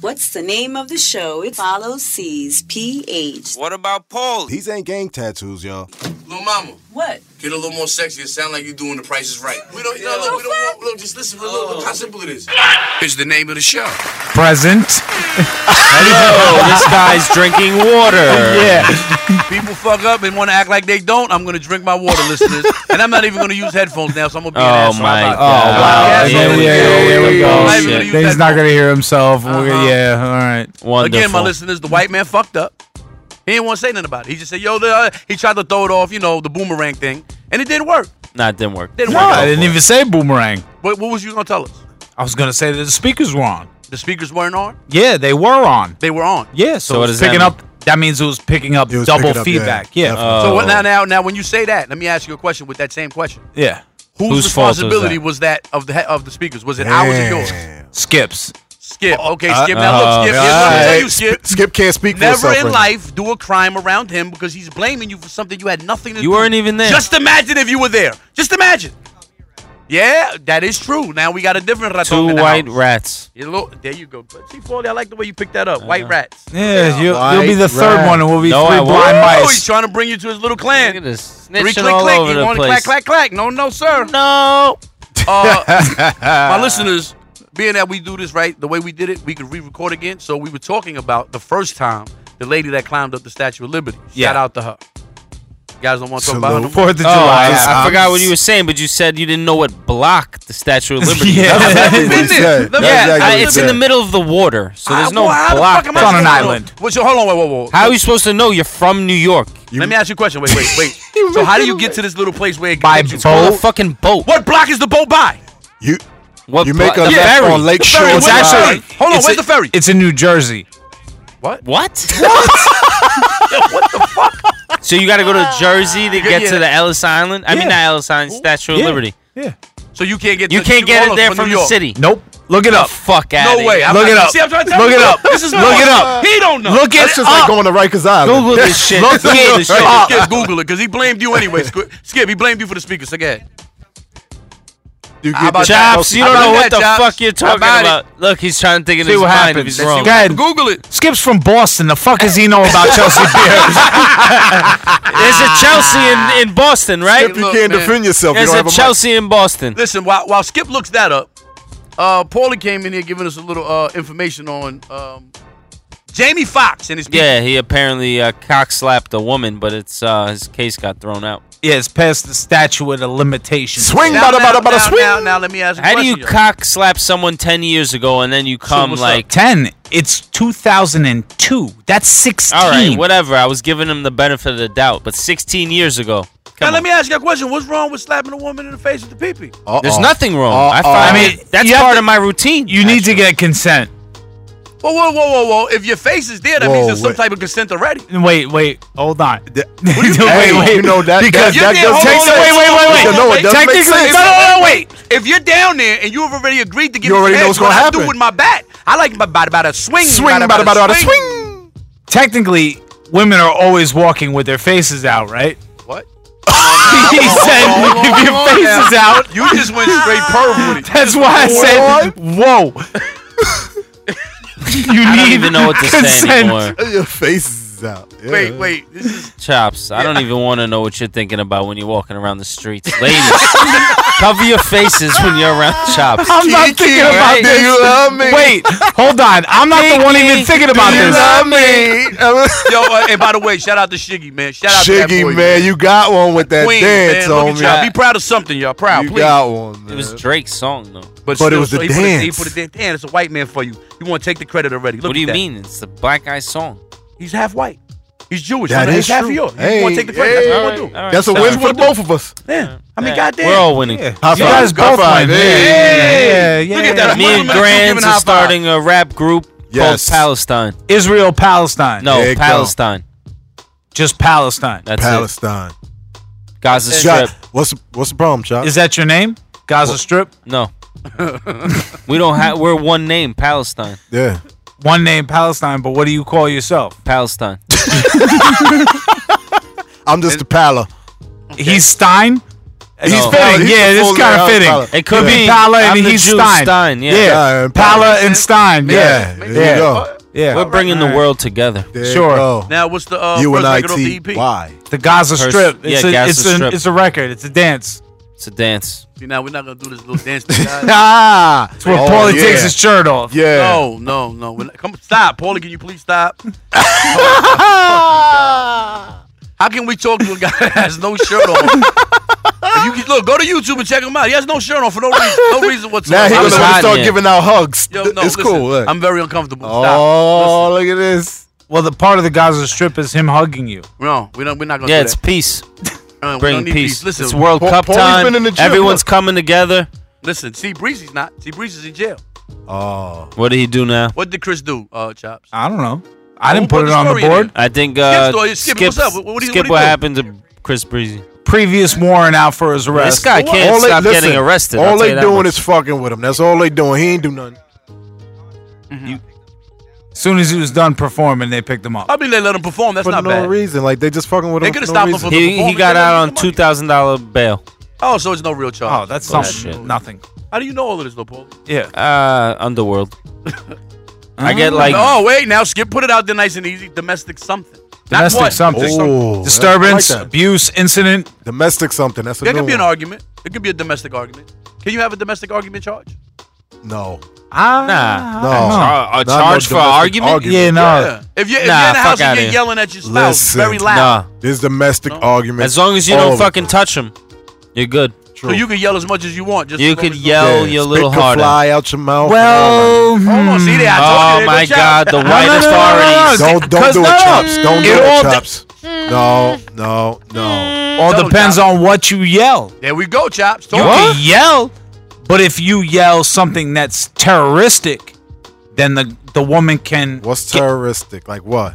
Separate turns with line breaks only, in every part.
What's the name of the show? It follows C's PH.
What about Paul?
These ain't gang tattoos, y'all.
Little mama.
What?
Get a little more sexy. It sound like you doing the prices right. We don't, no, look, we don't want, look, just listen, look, look how simple it is. It's the name of the show.
Present.
Hello, Oh, this guy's drinking
Oh,
water.
Yeah.
People fuck up and want to act like they don't. I'm going to drink my water, listeners. and I'm not even going to use headphones now, so I'm going to be an
Oh
asshole.
my
about it.
god.
Wow.
Podcast
Here
Yeah,
over.
we
yeah,
go.
yeah, here we go.
I'm
Oh,
not even gonna
shit.
use
He's
that
not
phone.
gonna hear himself. We're gonna-
Uh-huh.
Yeah. All right.
Wonderful.
Again, my listeners, the white man fucked up. He didn't want to say nothing about it. He just said, yo, the, uh, he tried to throw it off, you know, the boomerang thing, and it didn't work.
Nah, it didn't work.
Didn't
No,
work.
I didn't even say boomerang.
What, what was you going to tell us?
I was gonna say that the speakers were on.
The speakers weren't on?
Yeah, they were on.
They were on.
Yeah. So,
So what
it was
does that
picking
mean?
up. That means it was picking up
It was
double
picking up, yeah,
feedback. Yeah.
definitely.
So what,
Oh.
now, now, now, when you say that, let me ask you a question with that same question.
yeah.
Whose,
Whose fault was
responsibility
that?
was that? of the he- of the speakers? Was it ours or yours?
Damn.
Skips.
Skip. Okay, Skip. Now look,
uh,
Skip. Skip let me tell you,
Hey,
Skip.
Skip, Skip can't speak for
Never
himself.
in
right
life do a crime around him because he's blaming you for something you had nothing to do.
You weren't even there.
Just imagine if you were there. Just imagine. Yeah, that is true. Now we got a different raton
Two
in the
white
house.
rats.
You lo- there you go. But See, Foley, I like the way you picked that up. White rats.
Yeah, you,
White
you'll be the third
rat.
one, and we'll be
No,
three
I won't.
blind
Oh, he's
mice.
trying to bring you to his little
Look at
clan.
this
Three click,
snitching all
click.
over
you
the
want to clack,
place.
clack, clack. No, no, sir.
No.
Uh, my listeners, being that we do this right, the way we did it, we could re-record again. So we were talking about the first time the lady that climbed up the Statue of Liberty. Shout
Yeah.
out to her. You guys don't want to talk about her. no
Salute.
more?
Fourth of
Oh,
July.
just-
I, I
I'm
forgot
s-
what you were saying, but you said you didn't know what block the Statue of Liberty.
Yeah.
is.
That's
That's
I've
what
been
he
there.
said.
Let me-
That's
Yeah,
exactly
I-
what he
it's in the
said.
middle of the water, so there's
Ah,
no
well, how the
block.
fuck am I
It's on an
supposed to know?
island.
What's your- hold on, whoa, whoa, whoa.
How are you supposed to know? You're from New York.
Let me ask you a question. Wait, wait, wait. so how do you get to this little place where it
By
gets you?
It's called a
boat.
fucking boat.
What block is the boat by?
You,
What
you
blo-
make a
the
left
ferry.
on Lake
The
Shore.
ferry. Where's
It's
the
Drive.
actually.
ferry? Hold on,
it's
where's
in-
the ferry?
It's in New Jersey.
What? So you got to go to Jersey to get
yeah.
to the Ellis Island. I mean,
Yeah.
not Ellis Island, Statue of
Yeah.
Liberty.
Yeah.
So you can't get
You
to-
can't get
hold
it
on,
there from
New
the
York.
city.
Nope. Look it
The
up.
fuck out.
No way. I'm
Look
not-
it up.
See, I'm trying to tell
Look
you.
it up.
This is
Look it up.
He don't know.
Look
That's
it
just like
up.
going to Rikers Island.
Google this shit.
Look
Look
it
at this shit.
up.
Skip, Google it because he blamed you anyway. Squ- Skip, he blamed you for the speakers. So go ahead.
You
How
get
about
the-
that?
Chops, you
How
don't know
about
what
that,
the
Chops?
fuck you're
How
talking
about
about.
it?
Look, he's trying to think in
See
his
what
mind if
happens.
he's wrong.
Go ahead.
Google it.
Skip's from Boston. The fuck does he know about Chelsea beer?
There's a Chelsea in, in Boston, right?
If you
Look,
can't
man.
defend yourself, you
There's
don't
a
have a mic.
Chelsea in Boston.
Listen, while, while Skip looks that up, uh, Paulie came in here giving us a little uh, information on um, Jamie Foxx and his people.
Yeah, he apparently uh, cock slapped a woman, but it's uh, his case got thrown out.
yeah, it's past the statute of limitations.
Swing,
Now,
bada,
now,
bada,
now,
bada, swing.
now, now, let me ask you a
How do
question.
you cock slap someone ten years ago and then you come
what's
like,
Ten. It's 2002. That's 16.
all right, whatever? I was giving him the benefit of the doubt, but 16 years ago,
now,
come
let
on.
me ask you a question. What's wrong with slapping a woman in the face with the pee
Uh-oh.
There's nothing wrong. I
Uh-oh.
find
I
I
mean,
mean, that's
you have
part
to-
of my routine.
You need to
actually.
get consent.
Whoa, whoa, whoa, whoa, whoa. If your face is there, that means
Whoa,
there's some
wait.
type of consent already.
Wait, wait, hold on.
Hey,
wait, wait.
you know that
Because
that, that
you're
does make
getting- hold on,
sense.
wait, wait, wait, wait.
You know it does make
Technically-
sense.
No, no, no, wait. If you're down there and you have already agreed to give
You
me
already
head,
know what's gonna
what I do
happen.
with my bat, I like my bat about a swing.
Swing,
bada,
bada, bada, bada,
swing.
swing.
Technically, women are always walking with their faces out, right?
What?
he said, if your face is out,
Oh, You just went straight perv with it.
that's why I said, whoa. you
I don't
need
even know what to say
consent.
anymore,
Your face is out. Yeah.
Wait, wait. This is
chops. I don't even want to know what you're thinking about when you're walking around the streets, ladies. cover your faces when you're around chops.
I'm not
Kiki,
thinking about
do
this.
you love me?
Wait, hold on. I'm not the one even thinking about
do you
this.
love me?
Yo, uh, and by the way, shout out to Shiggy, man. Shout out to that boy,
Shiggy, man, you got one with that
Queen,
dance
man. Look
on
at
me.
y'all. Be proud of something, y'all. Proud,
you
please.
got one, man.
It was Drake's song, though.
But,
it was the
he put he
dance.
put it damn, it's a white man for you. You want to take the credit already. Look
what
at
do you
that.
mean? It's the black guy's song.
He's half white. He's Jewish.
That
He's
is
half
true.
yours. you
Hey,
want to take the credit.
hey.
That's what you want to do.
That's a win for the both of us.
Yeah. I mean,
Yeah.
goddamn.
We're all winning.
You guys
High
both
five.
win. Yeah, yeah,
Hey.
yeah.
Look at that.
Me and
Muslim Jew
Grands
giving high
are
five.
starting a rap group
Yes.
called Palestine.
Israel, Palestine.
No,
There you go.
Palestine.
Just Palestine.
That's
Palestine.
it. Gaza
Shot-
Strip.
What's what's the problem, Chop?
Is that your name? Gaza Strip?
No. we don't have. We're one name. Palestine.
Yeah.
One name, Palestine, but what do you call yourself?
Palestine.
I'm just a pala.
He's Stein? He's
No.
fitting.
He's
yeah,
a
it's
full
kind
layout
of
Pala.
fitting.
It could
Yeah.
be.
Pala
I'm
and
the
he's
Jew
Stein.
Stein, yeah.
Yeah, and Pala.
Pala and Stein. Yeah.
Yeah,
Yeah.
there you go.
Yeah.
We're bringing the world together.
There you
Sure.
go.
Now, what's the uh,
you
first
and I
record off
T
the EP?
Y.
The Gaza
First-
Strip. It's,
yeah,
a,
Gaza
it's, a,
Strip.
it's a record. It's a dance.
It's a dance.
See, now we're not gonna do this little dance. thing, guys.
Ah, it's where
Oh,
Paulie
yeah.
takes his shirt off.
Yeah.
No, no, no. We're not- Come, stop, Paulie. Can you please stop? How can we talk to a guy that has no shirt on? And you can, look, go to YouTube and check him out. He has no shirt on for no reason, no reason
Now
whatsoever.
he
I'm
was
not
gonna start
hiding it.
giving out hugs.
Yo,
Th-
no,
it's
listen,
cool. look.
I'm very uncomfortable. Stop.
Oh, look at this.
Well, the part of the Gaza Strip is him hugging you.
Oh.
Listen, no, we don't, we're not gonna.
Yeah,
do
it's
that.
peace.
Uh, we don't
Bring
need
peace.
these. Listen,
It's World
Paul-
Cup
Paulie's
time.
been in the gym,
Everyone's
look.
coming together.
listen. See, Breezy's not. See, Breezy's in jail.
Oh,
What did he do now?
What did Chris do? Uh, chops.
I don't know. I
Well,
didn't
what
put it
the
on the
story
board.
I think
Skip
uh,
story. Skip,
Skip.
what's up? What- what do you-
Skip
what do you
what
do?
happened to Chris Breezy.
Previous warrant out for his arrest.
This guy can't
all they-
stop
listen,
getting arrested. I'll
All
tell
they
you that
doing
much.
is fucking with him. That's all they doing. He ain't do nothing.
Mm-hmm.
As soon as he was done performing, they picked him up.
I mean, they let him perform. Oh, That's
for
not
no
bad.
reason. Like they just fucking with
They
him.
coulda
for no
stopped him
reason.
for the
He, he
performance,
got
they
out
don't
on
need the money.
two thousand dollar bail.
Oh, so it's no real charge.
Oh, that's
Oh,
something.
shit.
Nothing.
How do you know all of this, though, Paul?
Yeah.
Uh, Underworld. I get like
oh, wait. Now, Skip, put it out there nice and easy. Domestic something. Not
Domestic
what?
something.
Oh, that's-
Disturbance,
I like that.
abuse, incident.
Domestic something. That's a
There
new
could be an
one.
argument. There could be a domestic argument. Can you have a domestic argument charge?
No,
Ah,
Nah.
no.
char- a
Not
charge for
domestic
argument?
Yeah, no.
yeah. If you're, if
Nah,
you're in the
fuck
house and
outta
you're
here.
yelling at your spouse
Listen,
very loud,
nah.
There's domestic argument.
As long as you
All
don't
of it.
fucking touch him, you're good.
so you can yell as much as you want. Just
You
as long
could
as
yell your
spit
little
could
harder.
fly out your mouth.
Well,
Hold on, see there. I told you
Oh
there,
my
good job.
God, the
no, no,
white
no, no,
authorities.
no.
don't don't
Because
do it,
no.
chops. Don't do
It all
it,
de-
chops. No, no, no.
all
Tell him,
depends
Doc.
on what you yell.
There we go, chops.
You
Talk.
can yell, but if you yell something that's terroristic, then the the woman can.
What's terroristic? Like what?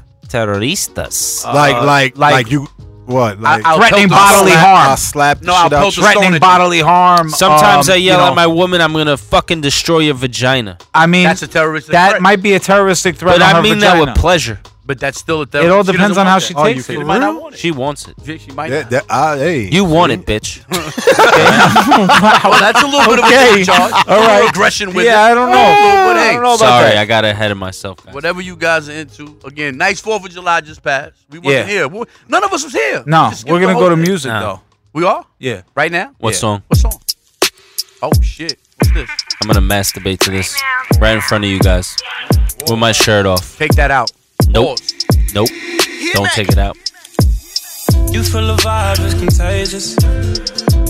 Terroristas.
like like
Uh, like-
like you what? Like
I'll threatening
I'll
bodily
slap- I'll
harm.
slap the
No, I'll
shit out
pelt
you.
the
Threatening
Throwing it.
bodily harm.
Sometimes
um,
I yell
you know,
at my woman, I'm gonna fucking destroy your vagina.
I mean,
That's a terroristic
That
threat.
might be a terroristic threat.
But
on
I
her
mean
vagina.
that with pleasure.
But that's still a
It
therapy.
all depends on how she
Are Oh, you
takes
for
it.
might not
real?
want it.
She wants it.
She, she might
Yeah,
not.
that-
uh,
I- hey.
You want it, bitch.
well, that's a little bit of a
Okay.
different charge. All right. aggression with
Yeah,
it.
I don't know.
Oh, but hey,
I don't know about
Sorry,
that.
I got ahead of myself. guys.
Whatever you guys are into, again, nice Fourth of July just passed. We
Yeah.
wasn't here. We- none of us was here.
No,
Just skipped
we're
the
gonna
whole
go to
thing.
music
Nah.
though.
We are
Yeah.
right now.
What
Yeah.
song?
What song? Oh shit! What's this?
I'm gonna masturbate to this right in front of you guys with my shirt off.
Take that out.
Nope.
Pause.
Nope. Don't take it out.
You feel the vibe is contagious.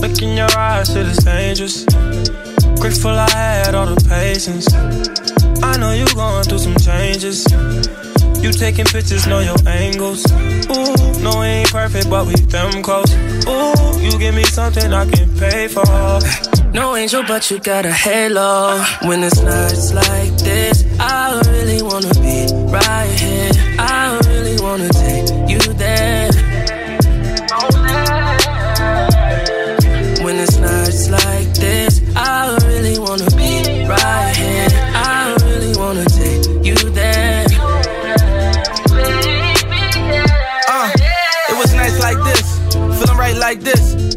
Look in your eyes, it is dangerous. Grateful I had all the patience. I know you going through some changes. You taking pictures, know your angles. Ooh, no, we ain't perfect, but we them close. Ooh, you give me something I can pay for. No angel, but you got a halo. When it's nights like this, I really wanna be right here. I really wanna take you there. When it's nights like this, I really wanna be right here. I really wanna take you there. Uh, it was nights like this, feeling right like this.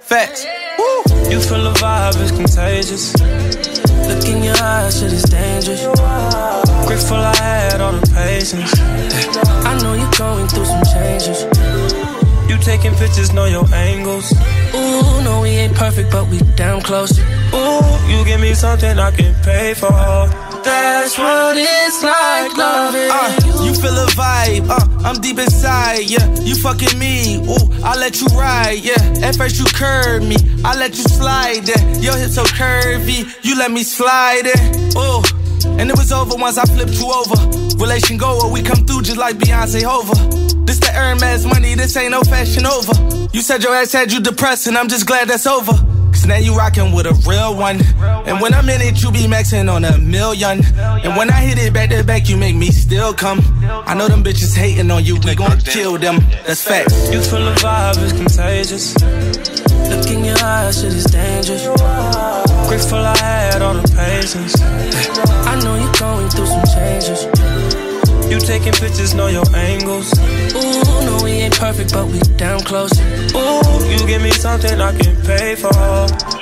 Facts. Woo. You feel the vibe is contagious. Look in your eyes, shit is dangerous. Grateful I had all the patience. I know you're going through some changes. You taking pictures, know your angles. Ooh, no, we ain't perfect, but we damn close. Ooh, you give me something I can pay for. That's what it's like, loving.
Uh, you feel a vibe, uh, I'm deep inside, yeah. You fucking me, ooh, I let you ride, yeah. At first you curved me, I let you slide, yeah. Your hips so curvy, you let me slide, yeah. Ooh, and it was over once I flipped you over. Relation goer, we come through just like Beyonce Hova. This the Hermes money, this ain't no fashion over. You said your ass had you depressed, and I'm just glad that's over. Cause now you rockin' with a real one. And when I'm in it, you be maxing on a million. And when I hit it back to back, you make me still come. I know them bitches hating on you, we gon' kill them. That's fact.
You full of vibe, it's contagious. Look in your eyes, shit is dangerous. Grateful I had all the patience. I know you're going through some changes. You taking pictures, know your angles. Ooh, no, we ain't perfect, but we damn close. Ooh, you give me something I can pay for.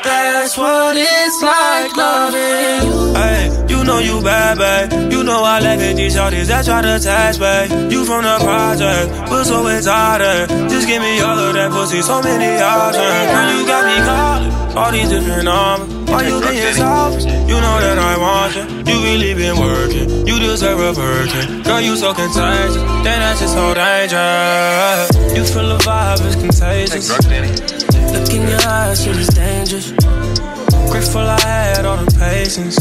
That's what it's like loving you. Hey, you know you bad, babe. You know I like it, these shorties that try to touch, babe. You from the project, but so it's harder. Just give me all of that pussy, so many options. Now you got me calling, all these different numbers. Why you being selfish? You know that I want you. You really been working. You deserve a virgin. Girl, you so contagious. Then that's just so dangerous. You feel the vibe is contagious. Look in your eyes, shit is dangerous. Grateful I had all the patience.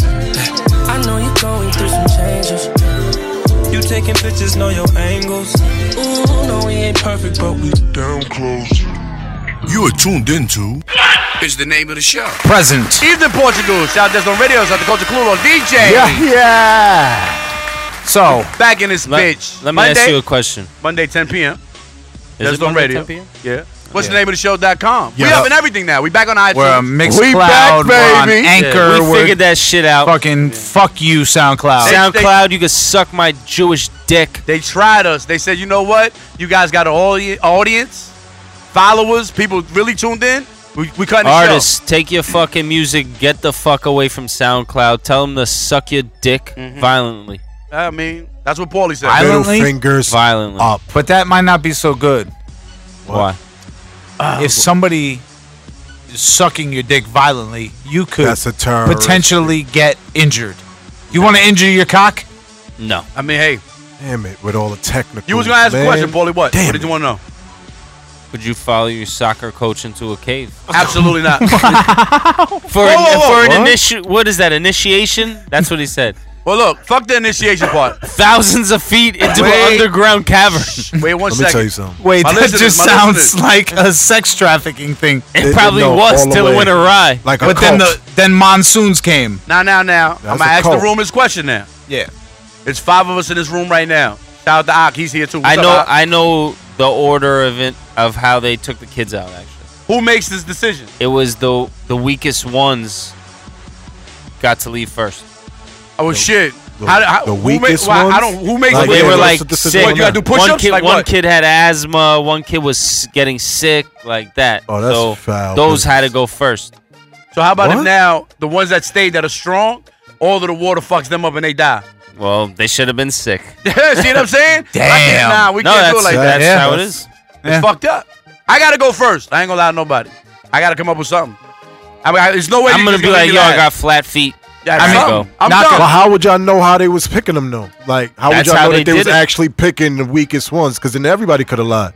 I know you're going through some changes. You taking pictures, know your angles. Ooh, no, we ain't perfect, but we
Down close. You are tuned into. Is the name of the show.
Present.
Evening Portugal. Shout out Desmond Radio. Shout out to Culture Clue on DJ.
yeah.
So
Back in this
Let,
bitch.
let me
Monday,
ask you a question.
Monday, 10 p.m.
Is
That's
it
on
Monday,
radio.
10 p.m.?
Yeah. What's
Yeah.
the name of the show.com? We
Yeah.
up in everything now. We back on iTunes.
we're a mixed
We
cloud,
back,
we're on
baby.
anchor,
Yeah, we
we're
figured that shit out.
fucking fuck you, SoundCloud.
They-
SoundCloud, you can suck my Jewish dick.
They tried us. They said, you know what? You guys got an audi- audience, followers, people really tuned in. We, we cutting the
Artists, take your fucking music, get the fuck away from SoundCloud. Tell them to suck your dick
Mm-hmm.
violently.
show. I mean, that's what Paulie said.
I-
Middle
Violently?
fingers
Violently.
up.
But that might not be so good.
Why?
Uh,
if somebody is sucking your dick violently, you could
That's a term.
potentially get injured. You want to injure your cock?
No.
I mean, hey,
Damn it, with all the technical.
you was gonna ask
man.
a question, Paulie. What?
Damn
what did you want to know?
Would you follow your soccer coach into a cave?
Absolutely not.
For, an,
whoa, whoa,
for an
what?
initi- what is that, initiation? That's what he said.
well, look, fuck the initiation part.
Thousands of feet into an
Wait.
underground cavern.
Wait one
Let me tell you
second.
something.
Wait,
My
that
listeners,
just
my
sounds
listeners.
like a sex trafficking thing.
It
They-
probably
no,
was
all the
till it
way.
went awry.
Like a
But then
cult.
the then monsoons came.
Now, now, now. I'm
That's
gonna
a
ask
cult.
the room this question now.
Yeah.
It's five of us in this room right now. Shout out to Ak. He's here too.
I
What's up,
know.
Ak?
I know the order of it of how they took the kids out. Actually,
Who makes this decision?
it was the the weakest ones got to leave first.
Oh shit.
the-
how, how,
the
who ma-
weakest
why- I
ones?
don't. Who makes
Like,
the
they
yeah,
were
what's
like
the
sick.
decision
What, you gotta do push-ups?
One kid,
Like
one
what?
kid had asthma. One kid was s- getting sick, like that.
Oh, that's
so
foul
those had to
business.
go first.
So how about if
What?
now the ones that stayed that are strong, all of the water fucks them up and they die.
Well, they should have been sick.
See what I'm saying?
Damn.
I can't- nah, we
no,
can't
that's,
do it like that.
that's
Yeah.
how it is.
Yeah.
It's fucked up. I gotta go first. I ain't gonna lie to nobody. I gotta come up with something. I mean, I- there's no way.
I'm
you
gonna
just
be like,
leave
yo,
me
I
last.
got flat feet.
Yeah,
I mean,
something. I'm
knock
done.
Well, how would y'all know how they was picking them though? Like, how
That's
would y'all
how
know
they
that they was
did it.
actually picking the weakest ones? Because then everybody could have lied.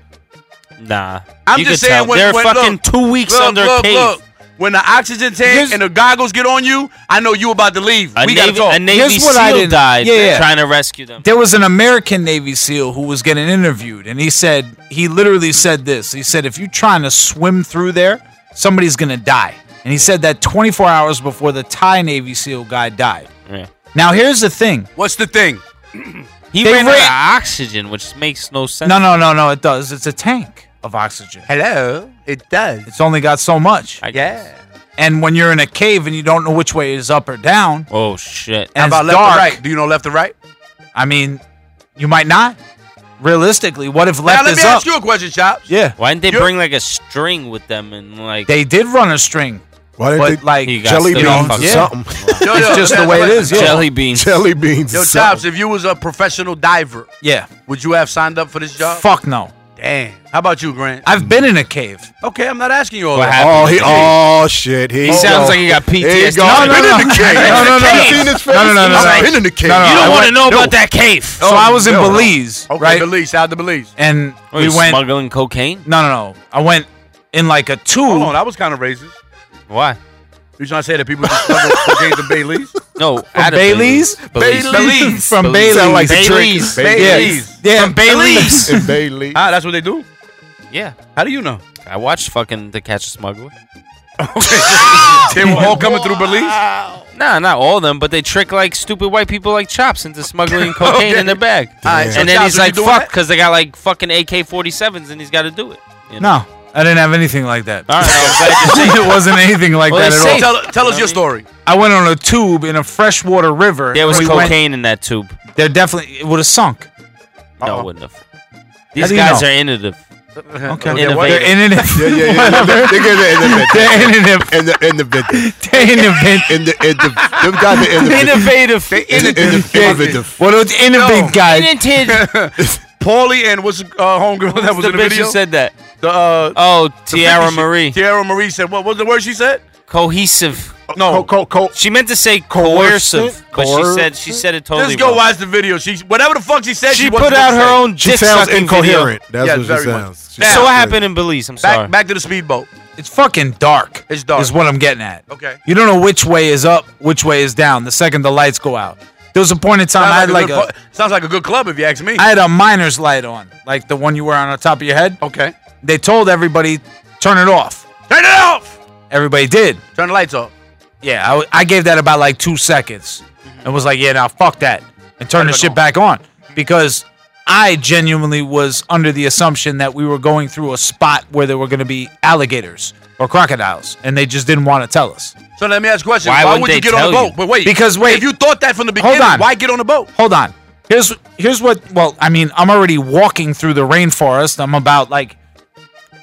Nah,
I'm
You
just
could
saying
tell.
when-
they're
when-
fucking
look,
two weeks
Look,
under
look,
a cave.
look. When the oxygen tank
Here's-
and the goggles get on you, I know you about to leave.
A
we
Navy,
gotta talk.
a Navy
Here's
SEAL
what I didn't-
died
Yeah, yeah.
trying to rescue them.
There was an American Navy SEAL who was getting interviewed, and he said he literally said this. He said, "If you're trying to swim through there, somebody's gonna die." And he said that 24 hours before the Thai Navy SEAL guy died.
Yeah.
Now here's the thing.
What's the thing?
He
They
ran,
ran-
out of oxygen, which makes no sense.
No, no, no, no. It does. It's a tank of oxygen.
Hello, it does.
It's only got so much.
I guess.
Yeah.
And when you're in a cave and you don't know which way is up or down,
Oh shit.
and
How about
it's
left
dark,
or right? Do you know left or right?
I mean, you might not. Realistically, what if
Now
left
let
is
me
up?
ask you a question, Chops.
yeah,
Why didn't they
You're-
bring like a string with them and like?
they did run a string,
Why didn't
but
they
like
He got
jelly
stuck
beans
on
or
fucking-
something?
Yo,
it's
yo,
just
let
the
me
way
ask
it
you a
is. Yeah,
jelly beans.
jelly beans.
Yo,
or something.
Chops, if you was a professional diver,
yeah.
would you have signed up for this job?
Fuck no.
Damn. How about you, Grant?
I've been in a cave.
okay, I'm not asking you all
What
that.
happened?
Oh, he. Oh shit. He.
He sounds like he got PTSD.
go.
No, no,
Been
no.
in the cave.
No, no, no.
I've seen his face.
No, no, no, no,
I've
no.
been in the cave.
No, no,
You
I
don't want to
went-
know about that cave.
So I was in
no.
Belize,
Okay,
right?
Belize. Out the Belize.
And
Were you
we went.
smuggling cocaine?
No, no, no. I went in like a
Hold
tube.
on, that was kind of racist.
Why?
You trying to say that people just stumble cocaine to Belize?
No,
From
out of
Bailey's?
Bailey's.
Belize.
From
Belize.
Bailey's.
Sound like the
Bailey's.
trick.
Belize.
Yeah.
From Bailey's.
In Bailey.
Ah, that's what they do.
yeah,
How do you know?
I watched fucking To Catch a Smuggler.
they were all coming through Belize.
Nah, not all of them, but they trick like stupid white people like Chops into smuggling cocaine in their bag.
Alright, so
and then
Chops,
he's
are you
like,
doing
fuck,
that?
because they got like fucking AK 47s and he's got to do it. You know?
No, I didn't have anything like that.
All right, I'm glad you said
it wasn't anything like
Well,
that
they
at all.
say
Tell, tell us your story.
I went on a tube in a freshwater river.
There was
We went-
cocaine in that tube.
There definitely it would have sunk.
No,
Uh-oh.
it wouldn't have. These
Uh-huh. do you
guys
know?
are innovative.
Okay.
Innovative.
They're in it.
Yeah, yeah, yeah. They get it
They're in it.
in the in the in the in
They're in it.
the in the in the them guys are in the
Innovative.
in the in the innovative.
What those innovate
No.
guys?
Paulie and what's the uh, homegirl that was
the
in the
bitch
video?
who said that?
the, uh,
Oh,
the
Tiara
bitch-
Marie.
Tiara Marie said, what was the word she said? Uh,
Cohesive.
No.
Co- co- co-
She meant to say coercive, but she said she said it totally.
Just go
wrong.
watch the video. She Whatever the fuck she said, she,
She
wasn't
put out
gonna
her
say.
own
She
dick
sounds
sucking
incoherent. That's
Yeah,
what
very
she
much.
sounds. She
Video.
Now-
sounds
So what
good.
happened in Belize? I'm sorry.
Back, back to the speedboat.
It's fucking dark.
It's dark.
Is what I'm getting at.
Okay.
You don't know which way is up, which way is down. The second the lights go out, there was a point in time I had
Sounds
like
good
a,
pu- sounds like a good club if you ask me.
I had a miner's light on, like the one you wear on the top of your head.
okay.
They told everybody turn it off.
Turn it off.
Everybody did.
Turn the lights off.
Yeah, I, w- I gave that about like two seconds and was like, yeah, now fuck that. And turned the
Mm-hmm. it
shit
on.
back on because I genuinely was under the assumption that we were going through a spot where there were going to be alligators or crocodiles and they just didn't want to tell us.
So let me ask you a question.
Why
Why,
wouldn't
would you
they
get on a
tell
boat?
you?
But wait.
Because, wait.
If you thought that from the
Hold
beginning,
on.
why get on a boat?
Hold on. Here's here's what well, I mean, I'm already walking through the rainforest. I'm about like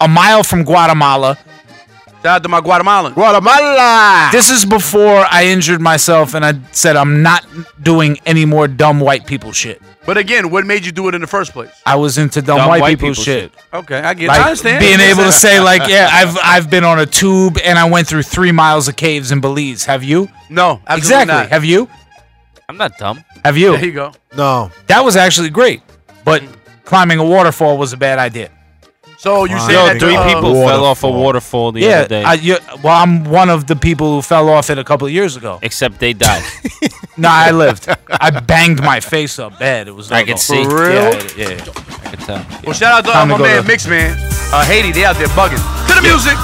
a mile from Guatemala.
Shout out to my Guatemalan.
Guatemala.
This is before I injured myself and I said I'm not doing any more dumb white people shit.
But again, what made you do it in the first place?
I was into dumb, white, people, shit.
Okay, I get.
Like,
I understand.
being
I
able to
understand.
say like, yeah, I've I've been on a tube and I went through three miles of caves in Belize. Have you?
no, absolutely
exactly.
Not.
Have you?
I'm not dumb.
Have
there you
you?
go.
No.
That was actually great, but climbing a waterfall was a bad idea.
So Oh, you say
Yo,
that
Three
the, uh,
people fell off a
waterfall.
waterfall the
yeah.
other day.
I, you, well, I'm one of the people who fell off it a couple of years ago.
except they died.
no, I lived. I banged my face up bad. It was.
I
like
could see.
real.
Yeah, yeah, yeah. I could tell.
Well, shout out to uh,
Time to
my
go
man
to-
Mix Man, uh, Haiti. They out there bugging. To the music.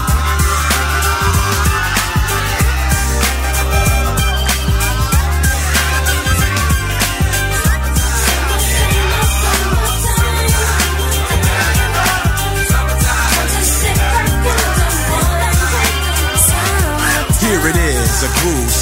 Here it is, a groove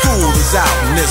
School is out and it's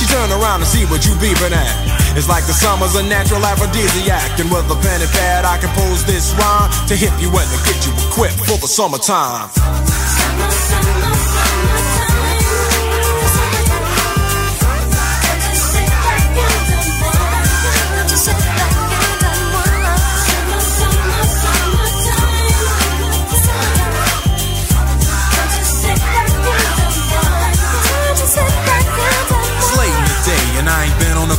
She turn around and see what you beeping at. It's like the summer's a natural aphrodisiac. And with a pen and pad, I compose this rhyme to hip you and to get you equipped for the summertime. It's late in the day and I ain't been on the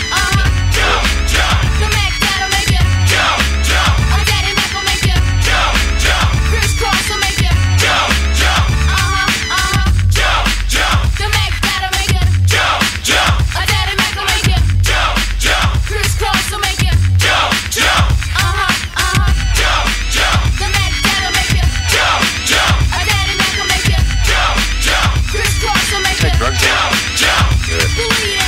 Jump, jump. The Mac Daddy make you jump, jump. A daddy Mac will make you jump, jump. Chris Cross will make you jump, jump. Uh huh, uh huh. Jump, jump. The Mac Daddy make you jump, jump. A daddy Mac will make you jump, jump. Chris Cross will make you jump, jump. Uh huh, uh huh. Jump, jump. The Mac Daddy make you jump, jump. A daddy Mac will make you jump, jump. Chris Cross will make you
Take drugs,
jump,
Danny?
jump.
Yeah.
Believe it.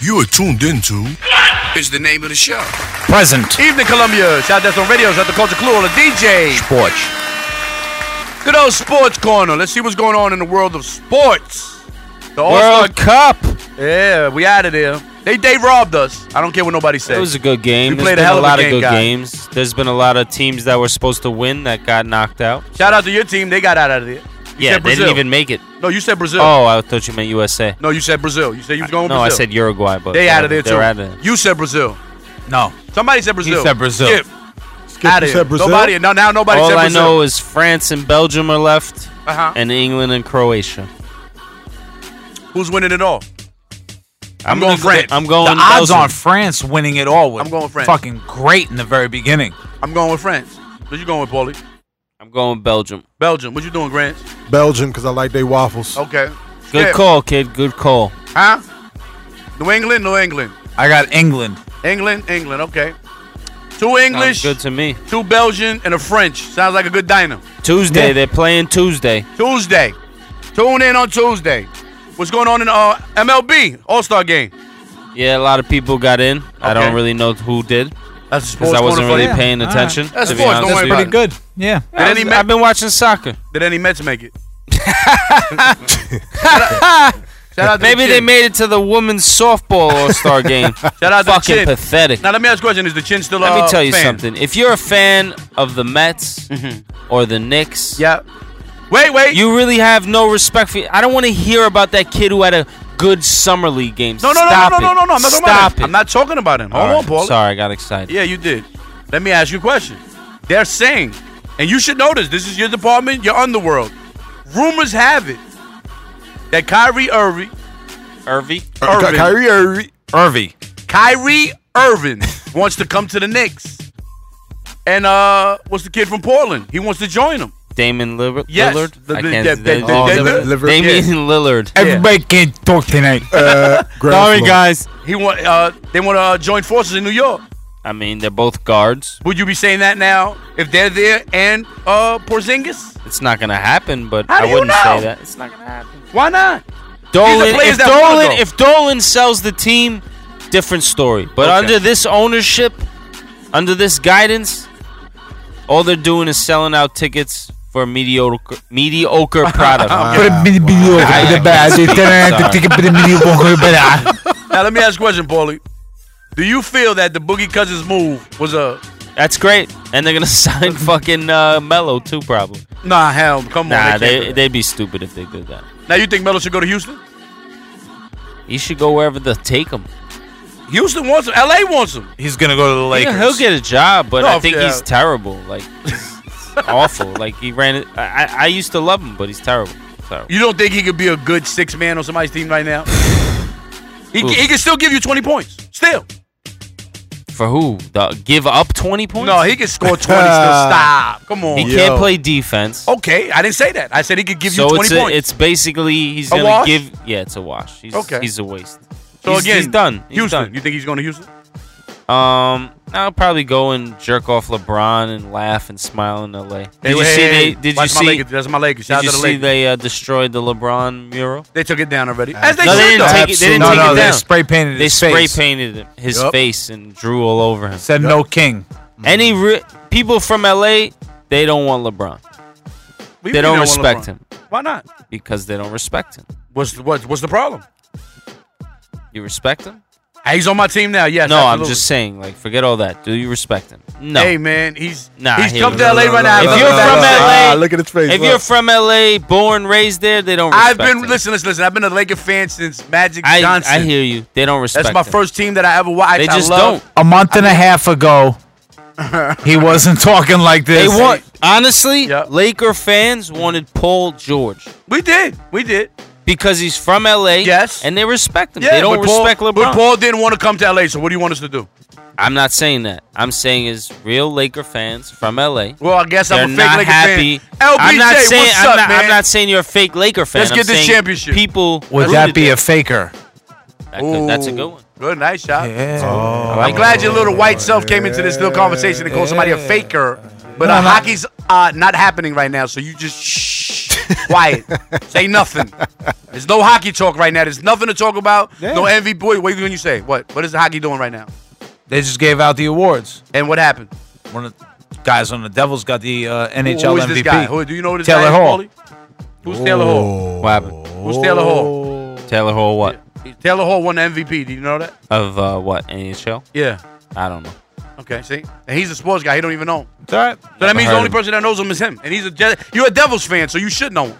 You are tuned into. Is the name of the show.
Present.
Evening, Columbia. Shout out on radio. Shout out to Culture Clue on the DJ.
Sports.
Good old sports corner. Let's see what's going on in the world of sports. The
World
Cup. Yeah, we out of there. They they robbed us. I don't care what nobody says.
It was a good game.
We
There's
played a
been
hell
a
of a
lot of
game,
good
guys.
games. There's been a lot of teams that were supposed to win that got knocked out.
Shout out to your team. They got out of there. You
yeah,
said
they
Brazil.
didn't even make it.
No, you said Brazil.
Oh, I thought you meant USA.
No, you said Brazil. You said you was going.
No, I
Brazil.
said Uruguay, but
they out of there too.
They're out of there.
You said Brazil.
No,
somebody said Brazil.
said Brazil.
Skip. Out of
you
here.
said Brazil?
Nobody. No, now nobody
All
said
I
Brazil.
know is France and Belgium are left,
Uh-huh.
and England and Croatia.
who's winning it all.
I'm going
France.
I'm going.
The odds
Belgium.
on France winning it all was
I'm going France.
fucking great in the very beginning.
I'm going with France. What you going with, Paulie?
I'm going Belgium.
Belgium. What you doing, Grant?
Belgium, because I like they waffles.
Okay.
Good
Skip.
call, kid. Good call.
Huh? New England. New England.
I got England.
England. England. Okay. Two English,
Sounds good to me.
two Belgian, and a French. Sounds like a good diner.
Tuesday.
Yeah.
They're playing Tuesday.
Tuesday. Tune in on Tuesday. What's going on in uh, MLB All Star Game?
Yeah, a lot of people got in. I
Okay.
don't really know who did.
That's
because I wasn't really paying
All right.
attention.
That's
to be
sports,
honest
don't worry
with you.
about it.
Good. Yeah.
I was- I've been watching soccer.
Did any Mets make it? Shout out to
Maybe
the
they
chin.
made it to the women's softball all star game.
Shout out to the
Fucking
chin.
pathetic.
Now let me ask you a question: Is the chin still?
Let
uh,
me tell you
fan?
something. If you're a fan of the Mets or the Knicks,
Mm-hmm. yeah. Wait, wait.
You really have no respect for. I don't want to hear about that kid who had a good summer league game.
No, no, no,
Stop
no, no,
it.
no, no, no. I'm not talking about
Stop
him.
it.
I'm not talking about him. Hold
All
on,
right.
Paul.
Sorry, I got excited.
Yeah, you did. Let me ask you a question. They're saying, and you should know this. This is your department, your underworld. Rumors have it that Kyrie Irving,
Irving,
Uh, Ky- Kyrie Irving.
Irving.
Kyrie Irving wants to come to the Knicks. And uh, what's the kid from Portland? He wants to join them.
Damon Lillard.
Yes.
Lillard?
The-
I
the-
can't.
the- the- the-
oh,
the-
Lillard.
Liver-
Damian
yeah.
Lillard.
Everybody can't talk tonight.
Uh,
Sorry, guys.
He want uh, they want to uh, join forces in New York.
I mean, they're both guards.
Would you be saying that now if they're there and uh, Porzingis?
It's not gonna happen, but
How do
I
you
wouldn't
know?
say that. It's not gonna happen.
Why not?
Dolan,
players
if
that wanna
Dolan,
go.
if Dolan sells the team, different story. But
Okay.
under this ownership, under this guidance, all they're doing is selling out tickets for a mediocre, mediocre product.
Put a mini video over the bad. They tell them to
Sorry.
take a bit of mini over the bad.
Now let me ask you a question, Paulie. Do you feel that the Boogie Cousins move was a
That's great, and they're gonna sign fucking uh, Mello too, probably.
nah? Hell, come
Nah,
on. they can't
they
do
they'd be stupid if they did that.
that. now you think Melo should go to Houston?
He should go wherever they take him.
Houston wants him. L.A. wants him.
He's gonna go to the Lakers.
Yeah, he'll get a job, but
No,
I think
yeah.
he's terrible. Like he's awful. Like he ran it. I, I- I used to love him, but he's terrible. Terrible.
You don't think he could be a good six man on somebody's team right now? he,
Oof.
he can still give you twenty points. Still.
For who? The, give up twenty points?
No, he can score twenty. still. Stop. Come on.
He can't play defense.
Okay, I didn't say that. I said he could give
so
you
it's
twenty
a,
points.
it's basically he's
A
gonna
wash?
give. Yeah, it's a wash. He's,
Okay.
He's a waste.
so
he's,
again,
he's done. He's
Houston.
done.
You think he's going to Houston?
Um, I'll probably go and jerk off LeBron and laugh and smile in L.A. Did
Hey,
you
hey,
see?
hey,
They,
hey.
did you
Watch my
see?
Lakers. That's my Lakers. Shout
Did you
out to the
see
Lakers.
they uh, destroyed the LeBron mural?
They took it down already. As they
No, they
should
didn't
though.
take it. They didn't
No,
take
no,
it
they
down.
spray painted
They
his
spray
face.
painted his
Yup.
face and drew all over him.
Said no king.
Mm-hmm.
Any re- people from LA, they don't want LeBron
We-
they
we
don't
know
respect
LeBron.
him.
Why not?
because they don't respect him.
What's what, what's the problem?
You respect him?
Hey, He's on my team now. Yes.
no,
absolutely.
I'm just saying. Like, forget all that. Do you respect him? No.
Hey man, he's
Nah,
he's
he-
come to
no,
LA
no, no,
right now.
no,
if
Look
you're
at
from
that.
LA,
Ah, look at his face,
If
look.
you're from LA, born raised there, they don't.
I've
Respect
been
him.
listen, listen, listen. I've been a Laker fan since Magic
I,
Johnson.
I hear you. They don't respect.
That's my
him.
first team that I ever watched.
They just
I love.
don't.
A month and a half ago, he wasn't talking like
They
this.
want honestly.
Yup.
Laker fans wanted Paul George
We did, we did.
because he's from LA.
Yes.
and they respect him.
Yeah,
they don't
but Paul-
respect LeBron.
But Paul didn't want to come to LA. So what do you want us to do?
I'm not saying that. I'm saying is real Laker fans from LA.
Well, I guess
They're
I'm a fake
not
Laker
happy.
fan. LBJ,
I'm not saying
what's
I'm,
up,
not,
man?
I'm not saying you're a fake Laker fan.
Let's
I'm
get this
saying
championship.
People
Would that be a faker?
That could, that's a good one.
Good, nice shot.
Yeah.
Oh. I'm glad your little white self came into this little conversation and called somebody a faker. But uh, hockey's uh, not happening right now, so you just shh, quiet, say nothing. There's no hockey talk right now. There's nothing to talk about. No MVP. Boy, what are you going to say? What? What is the hockey doing right now?
They just gave out the awards.
And what happened?
One of the guys on the Devils got the uh, NHL
Who- who is
MVP.
this guy? Who, do you know who this
Taylor
guy
Hall.
is, Paulie? Who's Taylor Hall?
What happened?
Who's Taylor Hall?
Taylor Hall, what
Taylor Hall won the MVP. Do you know that?
of uh, what NHL?
Yeah.
I don't know.
Okay, see? And he's a sports guy. He don't even know him.
It's all right.
So that means
heard
the only
of him.
person that knows him is him. And he's a Je- you're a Devils fan, so you should know him.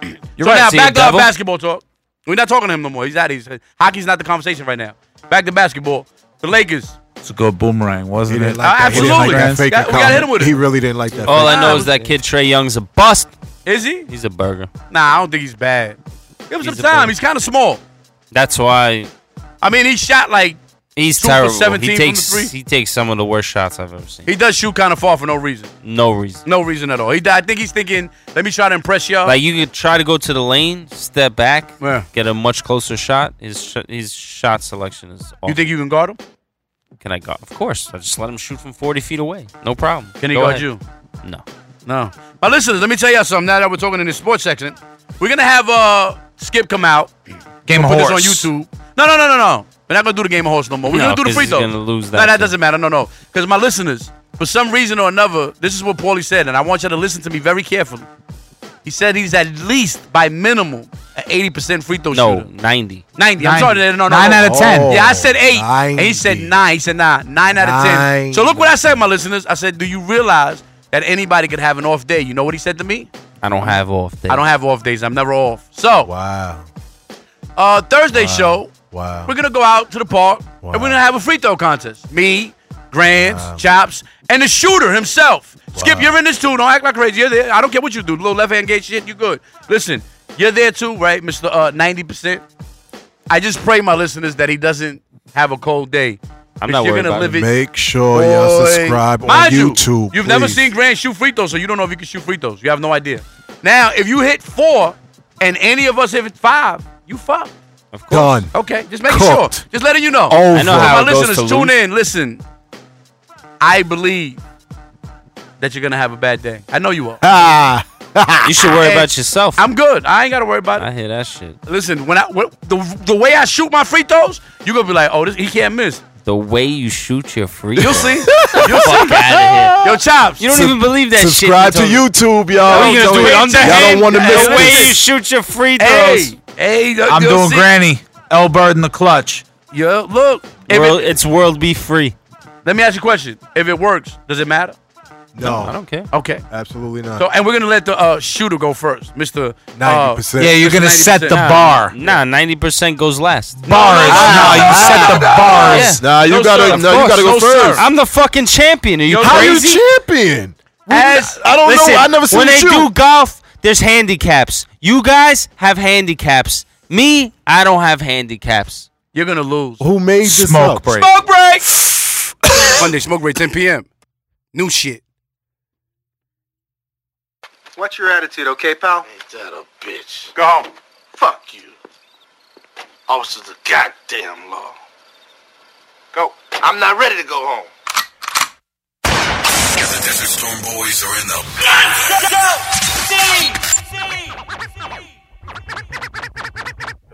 You're
so
right,
now
see,
back to
the
our
devil.
basketball talk. We're not talking to him no more. He's out. He's hockey's not the conversation right now. Back to basketball. The Lakers.
It's a good boomerang, wasn't it?
like that. He didn't like that Uh, Absolutely. fake We gotta hit him with it.
He really didn't like that.
All I
fake
know
comment.
is that kid Trey Young's a bust.
Is he?
He's a burger.
Nah, I don't think he's bad. Give him some
He's a
time.
player.
He's kind of small.
That's why
I mean, he shot like
he's
two
terrible.
for 17
he
from the
takes
three.
he takes some of the worst shots I've ever seen.
He does shoot kind of far for no reason.
No reason.
No reason at all. He, I think he's thinking, let me try to impress y'all.
Like you could try to go to the lane, step back,
Oh. Yeah.
get a much closer shot. His sh- his shot selection is. Awful.
you think you can guard him?
Can I guard? Of course. I just let him shoot from 40 feet away. No problem.
Can he
Go
guard
ahead.
you?
No.
No. My listeners, let me tell y'all something. Now that we're talking in the sports section, we're gonna have uh Skip come out.
Game
we'll
of
put
horse.
this on YouTube. No, no, no, no, no. We're not gonna do the game of horse no more. We're
No,
gonna do the
'cause
free
he's
throw.
gonna lose
No,
that,
that
too.
doesn't matter. No, no. Because my listeners, for some reason or another, this is what Paulie said, and I want you to listen to me very carefully. He said he's at least by minimum an 80% free throw
No.
shooter.
90.
90.
90.
I'm sorry. No, no, no.
Nine
no.
out of 10.
Yeah, I said eight.
Oh,
And he said nine. He said nine. Nine out of 10. So look what I said, my listeners. I said, do you realize that anybody could have an off day? You know what he said to me?
I don't have off days.
I don't have off days. I'm never off. So,
Wow.
uh, Thursday show,
Wow.
we're going to go out to the park and we're going to have a free throw contest. Me, Grants, Chops, and the shooter himself. Skip, you're in this too. Don't act like crazy. You're there. I don't care what you do. Little left hand gate shit, you good. Listen, you're there too, right, Mr. Uh, 90%? I just pray, my listeners, that he doesn't have a cold day.
I'm
If
not
you're
worried
gonna
about
live
it.
it.
Make sure y'all
Boy.
subscribe on
Mind you,
YouTube.
You've never
please.
seen Grant shoot free throws, so you don't know if he can shoot free throws. You have no idea. Now, if you hit four and any of us hit five, you fuck.
Of course.
Done.
Okay, just making
Cooked.
sure. Just letting you know.
Over.
I know how
my
it goes
listeners,
to
tune
lose.
in. Listen, I believe that you're gonna have a bad day. I know you are.
Ah.
You should worry
And
about yourself. i
I'm good. I ain't gotta worry about it.
hear that shit.
Listen, when I when, the the way I shoot my free throws, you gonna be like, oh, this he can't miss.
The way you shoot your free
You'll
throw.
see. You'll see.
Fuck outta
Yo, chops.
here. You don't even believe that
Subscribe
shit.
to YouTube, y'all.
Are you gonna
Don't-
do it under
y'all don't
him?
want to miss
The way
this.
you shoot your free throws.
Hey, hey. you'll-
I'm
you'll
doing
see.
Granny. L Bird in the clutch.
Yeah, look. If
World,
it,
it's world be free.
let me ask you a question. If it works, does it matter?
I
No,
don't care.
Okay.
absolutely not.
So, and we're gonna let the uh, shooter go first, Mister. uh,
Ninety percent.
Yeah, you're gonna set the
90%.
bar.
Nah, 90% goes last.
Bars. No, you
Ah,
set the bars.
Nah, you
No,
gotta,
sir. Of
no, you gotta go
course. No, sir.
first.
I'm the fucking champion. Are you
How you
crazy?
champion?
As-
I don't know.
Listen,
I never seen
When
you
they
shoot.
do golf, there's handicaps. You guys have handicaps. Me, I don't have handicaps.
You're gonna lose.
Who made this
Smoke
up?
break.
Smoke break. Monday smoke break, 10 p.m. New shit.
What's your attitude, okay, pal?
Ain't that a bitch?
Go home.
Fuck you. Officer of the goddamn law.
Go.
I'm not ready to go home.
The Desert Storm Boys are in the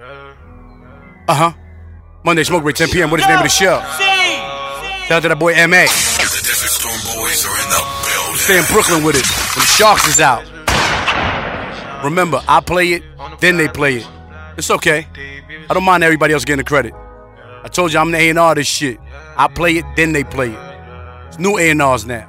Uh huh. Monday smoke break, 10 p.m. What is the name of the show? Shout out to that boy Ma.
The Desert Storm Boys are in the building.
Stay in Brooklyn with it. When Sharks is out. Remember, I play it, then they play it. It's okay. I don't mind everybody else getting the credit. I told you I'm the A&R this shit. I play it, then they play it. It's new A&Rs now.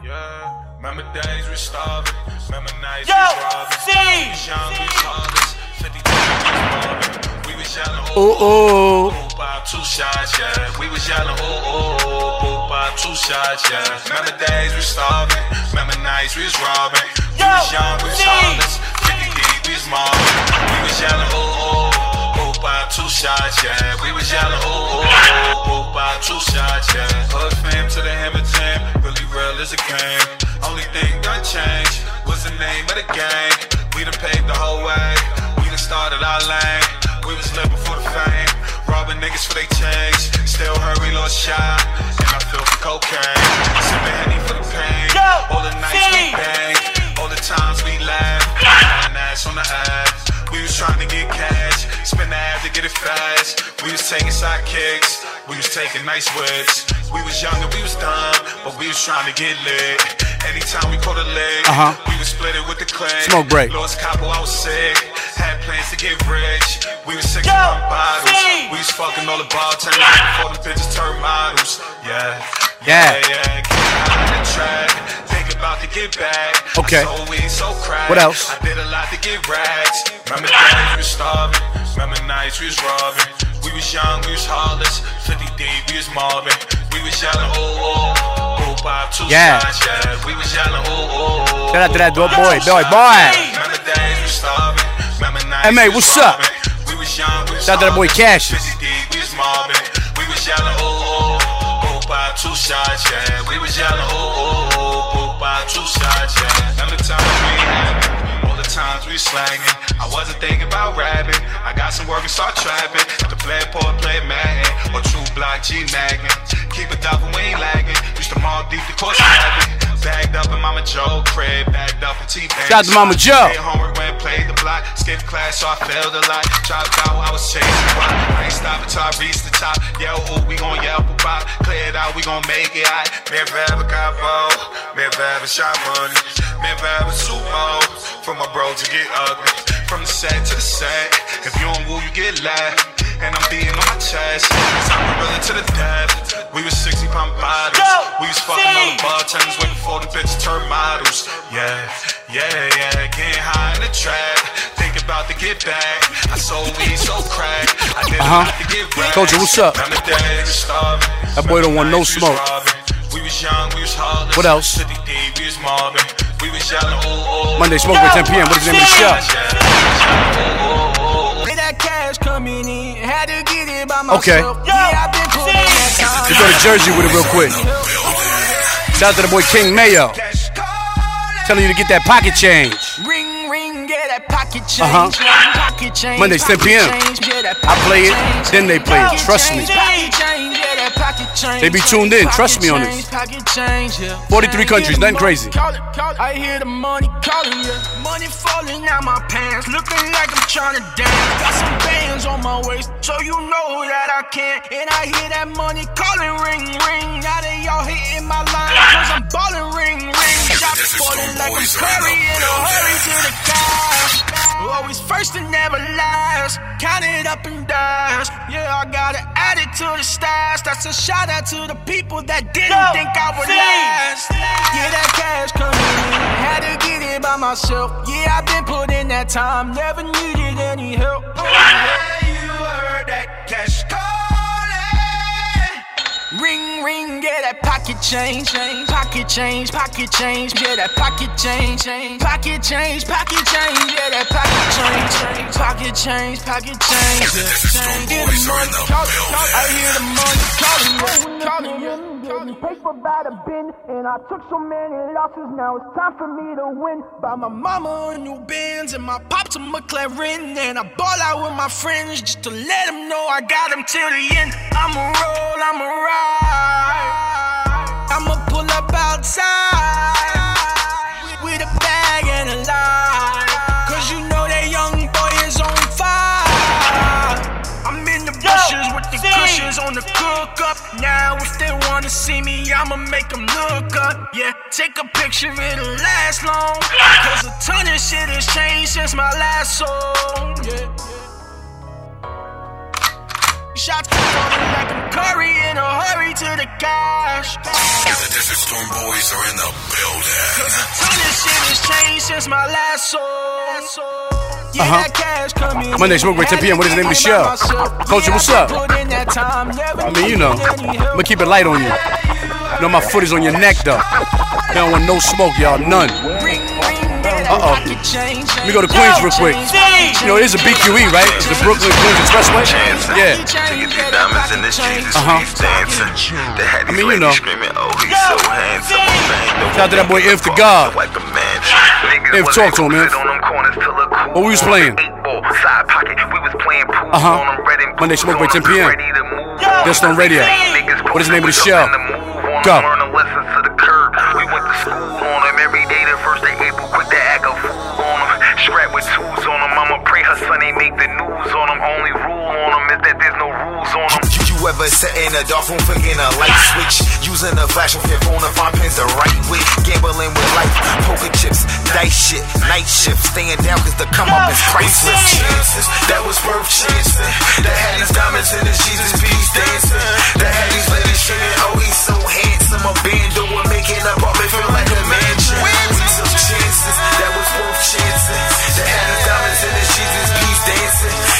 Remember days we starving. Remember nights
Yo,
we robbing.
Steve!
Young, we harvest. 50 times we starving. We was yelling, oh,
Oh, oh.
boop, bop, two shots, yeah. We was yelling, oh, oh, oh, boop, bop, two shots, yeah. Remember days we starving. Remember nights we was robbing. We
Yo,
was young, we was
Steve!
harvest. 50 deep, we was mobbing. We was yelling, oh, oh. Boop, bop, two shots, yeah. We was yelling, oh, oh, oh, boop, bop, two shots, yeah. Hood fam to the hammer jam, really real is a game. Only thing done changed was the name of the game. We done paved the whole way, we done started our lane. We was living for the fame, robbing niggas for they change. Still hurry, lost shot, and I feel for cocaine. Sipping Henny for the pain,
Yo,
all the nights we
Steve.
bang, all the times we laugh. Nine nights on the ass, we was trying to get cash, spin the ass to get it fast. We was taking side kicks, we was taking nice whips. We was young and we was dumb, but we was trying to get lit. Anytime we caught a leg,
Uh-huh.
we was split it with the click.
Smoke break.
Lost couple, I was sick. Had plans to get rich. We was sick
Yo,
of bottles.
Steve.
We was fucking all the bartenders before the bitches turned models. Yeah.
Yeah.
yeah. Get out of the track. Think about to get back.
Okay.
I sold weed, sold crack.
What else?
I did a lot to get racks. Remember days we was starving, remember nights we was robbing. We was young, we was heartless. 50 day we was mobbing. We was yelling, oh, oh, oh, Bob, two
Yeah.
sides, yeah. We was yelling, oh, oh, oh.
Shout out to that dope boy, boy, boy.
Remember days we was starving, remember nights
Hey,
we
mate,
was
what's up?
robbing. We was young, we was
Shout out to that boy Cash.
deep, we was mobbing. We was yelling, oh, oh, oh, oh, by two shots, yeah. We was yelling, oh, oh, oh, oh, by two shots, yeah. Remember the times we rapping, all the times we slanging. I wasn't thinking about rapping. I got some work and start trapping. The play poor, play Madden, or two block G nagging. Keep it up and we ain't lagging. Used to mall deep the course rapping. Bagged up in Mama Joe crib, bagged up in T-Pain.
Shout out to Mama Joe.
Stay homework went played the block, skipped class, so I failed a lot. Dropped out, I was chasing rock. I ain't stopping till I reached the top. Yell, ooh, we gon' yell, boop, bop. Clear it out, we gon' make it hot. Man, forever got bold. Man, forever shot money. Man, forever sumo. From my bro to get ugly. From the set to the set. If you don't woo, you get laughed. And I'm beating on my chest. It's time to really to the death. We was 60 pound bodies. We was fucking on the bartenders, waiting for the bitch to turn models. Yeah, yeah, yeah. Getting high in the trap. Think about to get back. I sold weed, so crack. I didn't
Uh-huh.
have to get racks.
Told you, what's up?
Remember days we starving.
That boy don't want
Remember
no
nights we was
smoke.
robbing. We was young, we was heartless.
What else?
50 deep, we was mobbing. We was yelling, oh, oh.
Monday smoke at 10 p.m. What is the name of the show?
Hey, that cash coming in, had to get it by
Okay.
myself. Yeah, I've been putting that time.
Let's go to Jersey with it real quick. Shout out to the boy King Mayo. Telling you to get that pocket change.
Ring, ring, get that pocket change.
Uh-huh.
yeah, Pocket change.
Mondays, 10
pocket
p.m.
change, yeah, that
I play it,
pocket change.
then they play it. Trust me.
Change, pocket change, yeah, that pocket change.
They be tuned in. Trust me on
Pocket change,
this.
pocket change, yeah.
43 countries, nothing crazy.
Call it, call it. I hear the money calling, yeah. Money falling out my pants, looking like I'm trying to dance. Got some bands on my waist, so you know that I can. And I hear that money calling, ring, ring. Now they all hitting my line, cause I'm balling, ring, ring. Shots falling like I'm Curry in a hurry to the cash. Always first and never last, count it up and dash. Yeah, I gotta add it to the stash. That's a shout out to the people that didn't think I would last. Yeah, that cash coming in, had to get it by myself. Yeah, I've been putting that time, never needed any help. Oh, yeah, you heard that cash calling. Ring, ring, get that pocket change, change, pocket change, pocket change, yeah, that pocket change, change, pocket change, pocket change, yeah, that pocket change, change, pocket change, pocket change, yeah, change, get the money, call, call, I hear the money calling, yeah, calling, yeah, calling. Pay for about a bin, and I took so many losses, now it's time for me to win. Buy my mama a new Benz, and my pops a McLaren, and I ball out with my friends just to let them know I got them till the end. I'ma roll, I'ma ride. I'ma pull up outside with a bag and a lie. Cause you know that young boy is on fire. I'm in the bushes with the cushions on the cook up. Now, if they wanna see me, I'ma make them look up. Yeah, take a picture, it'll last long. Cause a ton of shit has changed since my last song. Yeah. Shots keep falling like I'm Curry in a hurry to the cash.
The Desert Storm Boys are in the building.
Ton of shit has changed since my last song. Yeah,
Uh-huh.
that cash coming.
Monday, Smoke Break 10 p.m. What is the name of the show? Culture, what's up? I mean, you know, I'm gonna keep it light on you. You know, my foot is on your neck, though. You don't want no smoke, y'all, none. Uh oh. Let me go to Queens real quick. You know, it is a BQE, right? It's the Brooklyn Queens Expressway. Yeah.
Diamonds in this Jesus
Uh-huh.
he's dancing. They had
I
these
mean, you
ladies
know.
screaming, oh, he's so handsome. Oh, man, no
Shout out to that boy If the God. If talk to him, If. What we was playing? Uh huh. Monday Smoke Break 10 p.m. Just on radio. What is the name of the show? Go.
Strap with tools on him. I'ma pray her son ain't make the news on him. Only rule on him is that there's no rules on him. You ever sat in a dark room flicking a light switch? Using a flash off your phone to find pins the right way. Gambling with life, poker chips, dice shit, night shift. Staying down cause the come up is priceless. Chances, that was worth chancing. That had these diamonds in his Jesus bees dancing. That had these ladies screaming, oh he's so handsome. A bando and making up all they feel like a mansion. We took chances, that was worth chances. That had these diamonds in his Jesus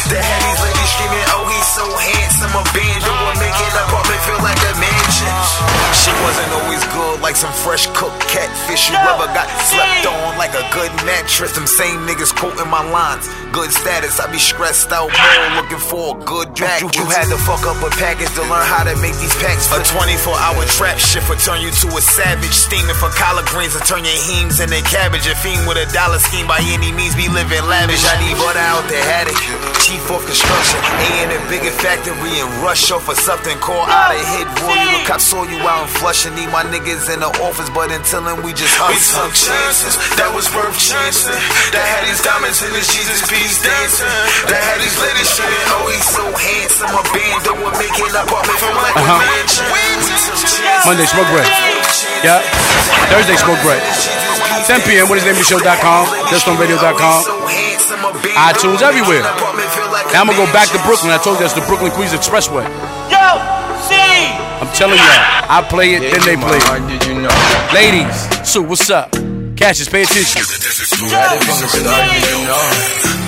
like some fresh cooked catfish you ever got slept on like a good mattress. Them same niggas quoting my lines. Good status, I be stressed out, more looking for a good back. You, you had to fuck up a package to learn how to make these packs. A 24 hour trap shift will turn you to a savage. Steaming for collard greens and turn your hemes into cabbage. A fiend with a dollar scheme by any means be living lavish. I need butter out the attic. Chief of construction, A in a bigger factory and rush off for something called out
Oh,
of hit royal. Look, I saw you out in flushing. Need my niggas in the office, but until then, we just hustle.
We took chances, that was worth chancing. That had these diamonds in his Jesus piece dancing. That had these ladies shitting. Oh, he's so handsome. A bando would make it up off me from like
Uh-huh.
a mansion. We took chances.
Monday, smoke bread. Yeah. Thursday, smoke bread. 10 p.m. What is name of the show.com, justonradio.com, iTunes, everywhere. Now I'm going to go back to Brooklyn. I told you that's the Brooklyn Queens Expressway.
Yo, see.
I'm telling y'all, I play it, then they play it. Ladies, Sue, what's up? Cassius, pay attention.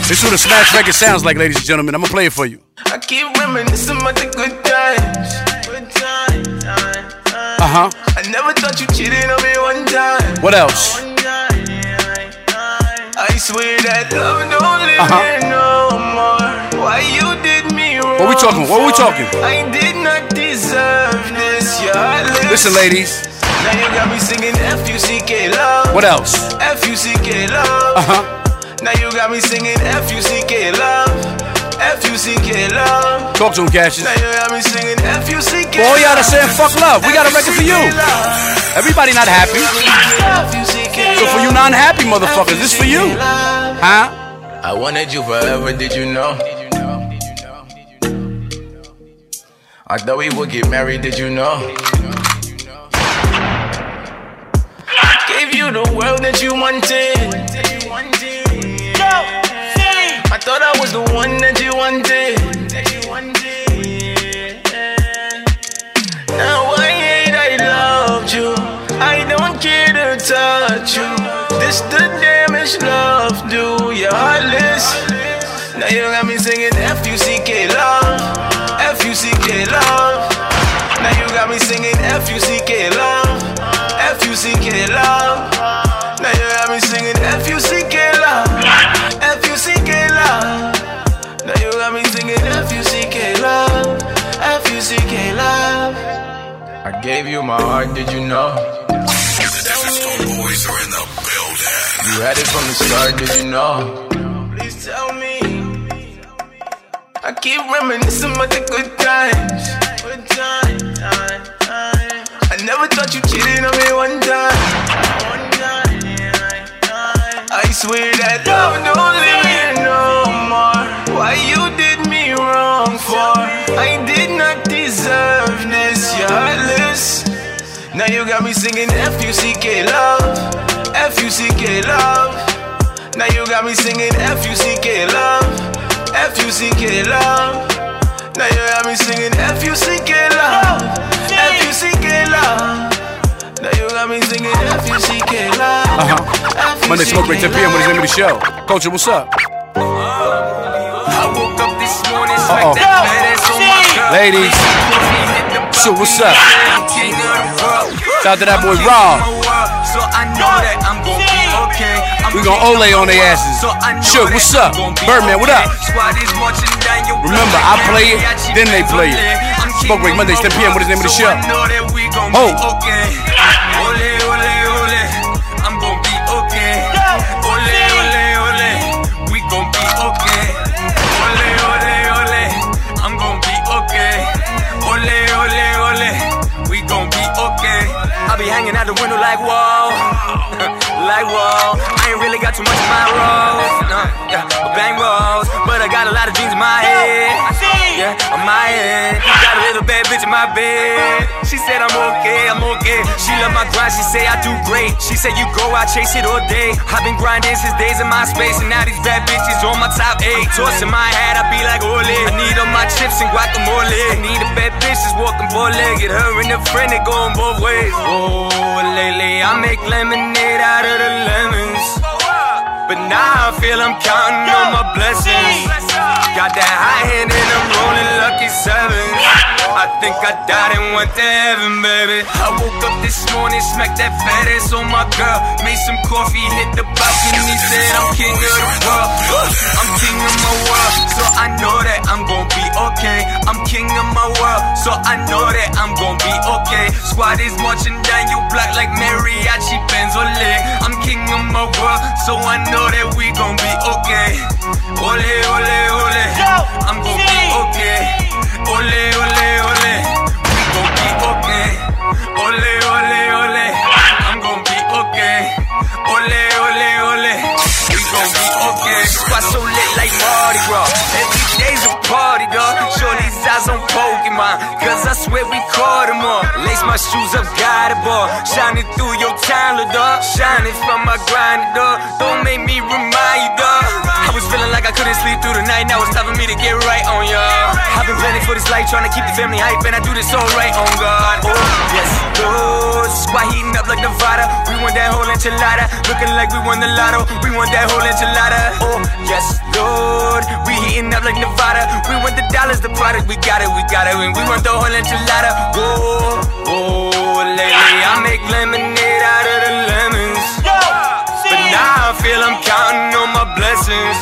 This is what a smash record sounds like, ladies and gentlemen. I'm going to play it for you.
I keep reminiscing about the good times. Good time, time, time.
Uh-huh.
I never thought you cheated on me one time.
What else?
I swear that love don't live
Uh-huh.
here no more. Why you did me wrong?
What we talking? What we talking?
I did not deserve this. You're heartless.
Listen, ladies.
Now you got me singing F U C K love.
What else?
F U C K love.
Uh-huh.
Now you got me singing F U C K love. F U C K love.
Talk to him, Cassius.
Now you got me singing F-U-C-K
For all y'all that saying fuck love, we got a record for you. Everybody not happy. So for you non-happy motherfuckers, this for you. Huh?
I wanted you forever, did you know? I thought we would get married, did you know?
Gave you the world that you wanted I thought I was the one that you wanted Now I hate I loved you I don't care to touch you This the damage love do You're heartless Now you got me singing F-U-C-K love F-U-C-K love Now you got me singing F-U-C-K love F-U-C-K love Now you got me singing F-U-C-K love F-U-C-K love Now you got me singing F-U-C-K love F-U-C-K love
I gave you my heart, did you know? You had it from the start, did you know?
Please tell me. I keep reminiscing about the good times. Good time, time, time. I never thought you cheated on me one time. One time, time. I swear that love don't live here no more. Why you did me wrong for? I did not deserve this. You're heartless. Now you got me singing F U C K love, F U C K love. Now you got me singing F U C K love, F U C K love. Now you got me singing F U C K love, F U C K love. Now you got me singing F U C K love.
Uh-huh. Monday smoke break 10 p.m. What is the name of the show? Culture, what's up?
I woke up this morning,
Uh-oh.
smacked that fat ass on my girl.
Ladies. So what's up?
King of the world.
Shout out to that boy
King
Rob.
of my world, So I know that I'm gonna be okay. I'm
We
king
gonna
of
Olay
my
on they
world,
asses.
So I know
Suge,
that
what's up?
I'm gonna be
Birdman, what up?
okay. Squad is marching down your
Remember,
block
I
like
play it,
mariachi
then they
bands on
play it.
there. I'm king
Smoke break
of
Mondays,
my
10 p.m. What is the name of
world,
the show?
So I know that we gonna
Ho.
be okay. Ole, ole, ole. I'm gonna be okay. Ole, ole, ole. We gonna be okay. Ole, ole, ole. I'm gonna be okay. Ole, ole, ole. We gon' be okay.
I be hanging out the window like whoa, like whoa. I ain't really got too much of my rolls, no, yeah, but bang rolls. But I got a lot of dreams in my head, yeah, on my head. Got a little bad bitch in my bed. She said I'm okay, I'm okay. She love my grind, she say I do great. She said you go, I chase it all day. I've been grinding since days in my space, and now these bad bitches on my top eight. Tossing my hat, I be like ole. I need all my chips and guacamole. I need a bad bitch that's walking four-legged. Her and a friend, they going both ways. Oh, lately I make lemonade out of the lemons. But now I feel I'm counting on my blessings. Got that high hand and I'm rolling lucky sevens. I I think I died and went to heaven, baby. I woke up this morning, smacked that fat ass on my girl. Made some coffee, hit the balcony, said I'm king of the world. I'm king of my world, so I know that I'm gonna be okay. I'm king of my world, so I know that I'm gonna be okay. Squad is marching down your block like mariachi bands, ole. I'm king of my world, so I know that we gonna be okay. Ole, ole, ole. I'm gonna be okay. Ole, ole, ole. We gonna be okay. Ole, ole, ole. I'm gonna be okay. Ole, ole, ole. We gon' be okay. Why so lit like Mardi Gras? Every day's a party, dog. Shorty's eyes on Pokemon. Cause I swear we caught 'em all. Lace my shoes up, got a ball. Shining through your time, little dog. Shining from my grind, dog. Don't make me remind you, dog. I was feeling like I couldn't sleep through the night. Now it's time for me to get right on, y'all. I've been planning for this life, trying to keep the family hype. And I do this all right on God. Oh, yes, Lord. Squad heating up like Nevada. We want that whole enchilada. Looking like we won the lotto. We want that whole enchilada. Oh, yes, Lord. We heating up like Nevada. We want the dollars, the product. We got it, we got it. And we want the whole enchilada. Whoa, whoa, lately I make lemonade out of the lemons. But now I feel I'm counting on my blessings.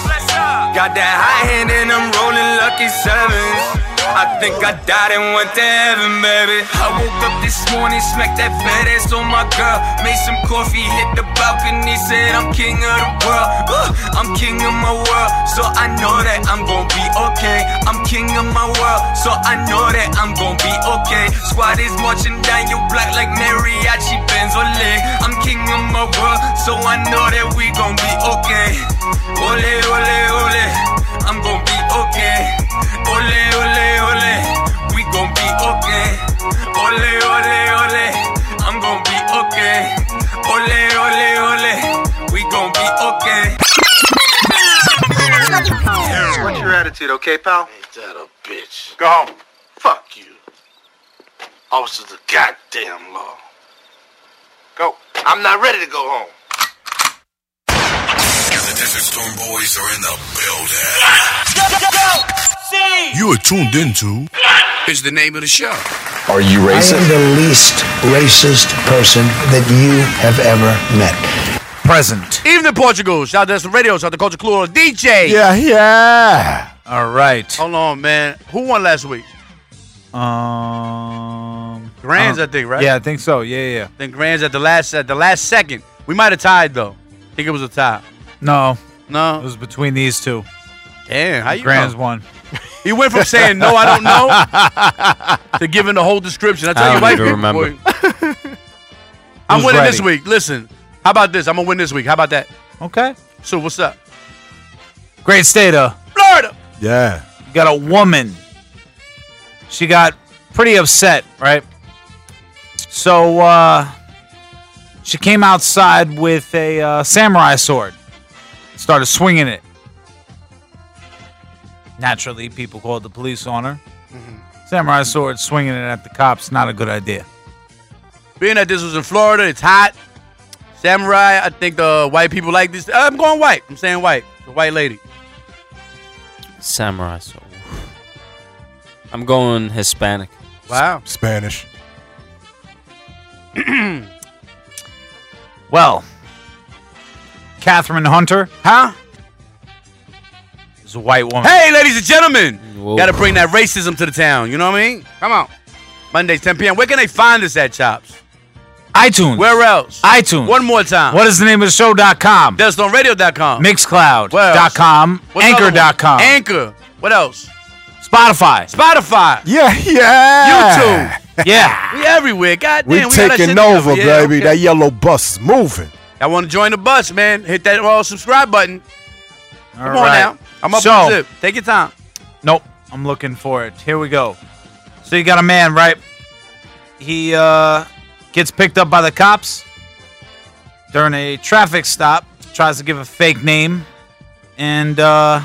Got that high hand and I'm rolling lucky sevens. I think I died and went to heaven, baby. I woke up this morning, smacked that fat ass on my girl. Made some coffee, hit the balcony, said I'm king of the world. Ugh, I'm king of my world, so I know that I'm gonna be okay. I'm king of my world, so I know that I'm gonna be okay. Squad is marching down your block like mariachi bands, ole. I'm king of my world, so I know that we gonna be okay. Ole, ole, ole, I'm gonna be okay. Ole, ole, ole, we gon' be okay. Ole, ole, ole, I'm gon' be okay. Ole, ole, ole, we gon' be okay.
What's your attitude, okay, pal?
Ain't that a bitch?
Go home.
Fuck you. Officer, the goddamn law. Go. I'm not ready to go home.
The Desert Storm Boys are in the building.
You are tuned into. Is the name of the show.
Are you
racist?
I am the least racist person that you have ever met.
Present.
Evening, Portugal. Shout out to the radio. Shout out to Culture Clue, DJ.
Yeah, yeah. All right.
Hold on, man. Who won last week?
Um,
Grands,
uh,
I think, right?
Yeah, I think so. Yeah, yeah, yeah.
Then Grands at the last at the last second. We might have tied though. I think it was a tie.
No,
no,
it was between these two.
Damn, how you
Grands
know?
won.
He went from saying no, I don't know, to giving the whole description. I tell
I
you,
don't
white
even
people.
remember.
boy. I'm
Who's
winning this
ready?
week. Listen, how about this? I'm gonna win this week. How about that?
Okay.
So what's up?
Great state of
Florida.
Yeah. You got a woman. She got pretty upset, right? So uh, she came outside with a uh, samurai sword, started swinging it. Naturally, people called the police on her. Samurai sword swinging it at the cops, not a good idea.
Being that this was in Florida, it's hot. Samurai. I think the white people like this. Uh, I'm going white. I'm saying white. The white lady.
Samurai soul. I'm going Hispanic.
Wow.
Spanish.
Well, Catherine Hunter, huh? Is a white woman.
Hey, ladies and gentlemen, got to bring that racism to the town. You know what I mean? Come on. Mondays, 10 p.m. Where can they find us at, Chops?
iTunes.
Where else?
iTunes.
One more time.
What is the name of the show.com?
DestonRadio.com.
Mixcloud.com.
What's the other one?
Anchor.com.
Anchor. What else?
Spotify.
Spotify.
Yeah, yeah.
YouTube.
yeah.
We everywhere. God damn.
we
got that shit
taking over,
together. Yeah,
baby.
okay.
That yellow bus is moving.
I want to join the bus, man. Hit that all subscribe button. Come on
right.
now. I'm up
So-
on zip. Take your time.
Nope. I'm looking for it. Here we go. So you got a man, right? He uh, gets picked up by the cops during a traffic stop. Tries to give a fake name, and uh,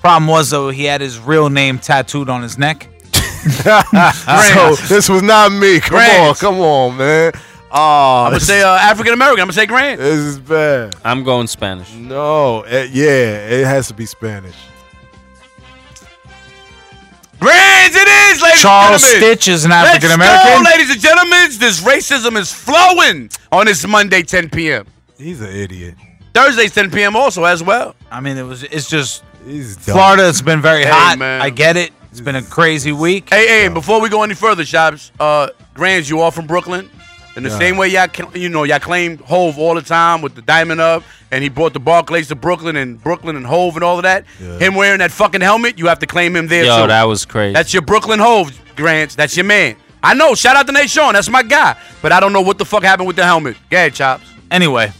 problem was though he had his real name tattooed on his neck.
so this was not me. Come
Grants.
on, come on, man. Oh,
I'm going to say uh, African American. I'm going to say Grant.
This is bad.
I'm going Spanish.
No, eh, yeah, it has to be Spanish.
Brands, it is. is, ladies
Charles
and gentlemen.
Stitch is an African American.
Let's go, ladies and gentlemen. This racism is flowing on this Monday, 10 p.m.
He's an idiot.
Thursday's 10 p.m. also as well.
I mean, it was. It's just Florida. It's been very
Hey,
hot.
man.
I get it. It's been a crazy week.
Hey, hey, and before we go any further, Shabs, uh, Grands, you all from Brooklyn. In the
Yeah.
same way y'all, cl- you know, y'all claim Hove all the time with the diamond up, and he brought the Barclays to Brooklyn and Brooklyn and Hove and all of that. Him wearing that fucking helmet, you have to claim him there
Yo,
too.
that was crazy.
That's your Brooklyn Hove, Grants. That's your man. I know. Shout out to Nate Sean. That's my guy. But I don't know what the fuck happened with the helmet. Go ahead, Chops.
Anyway.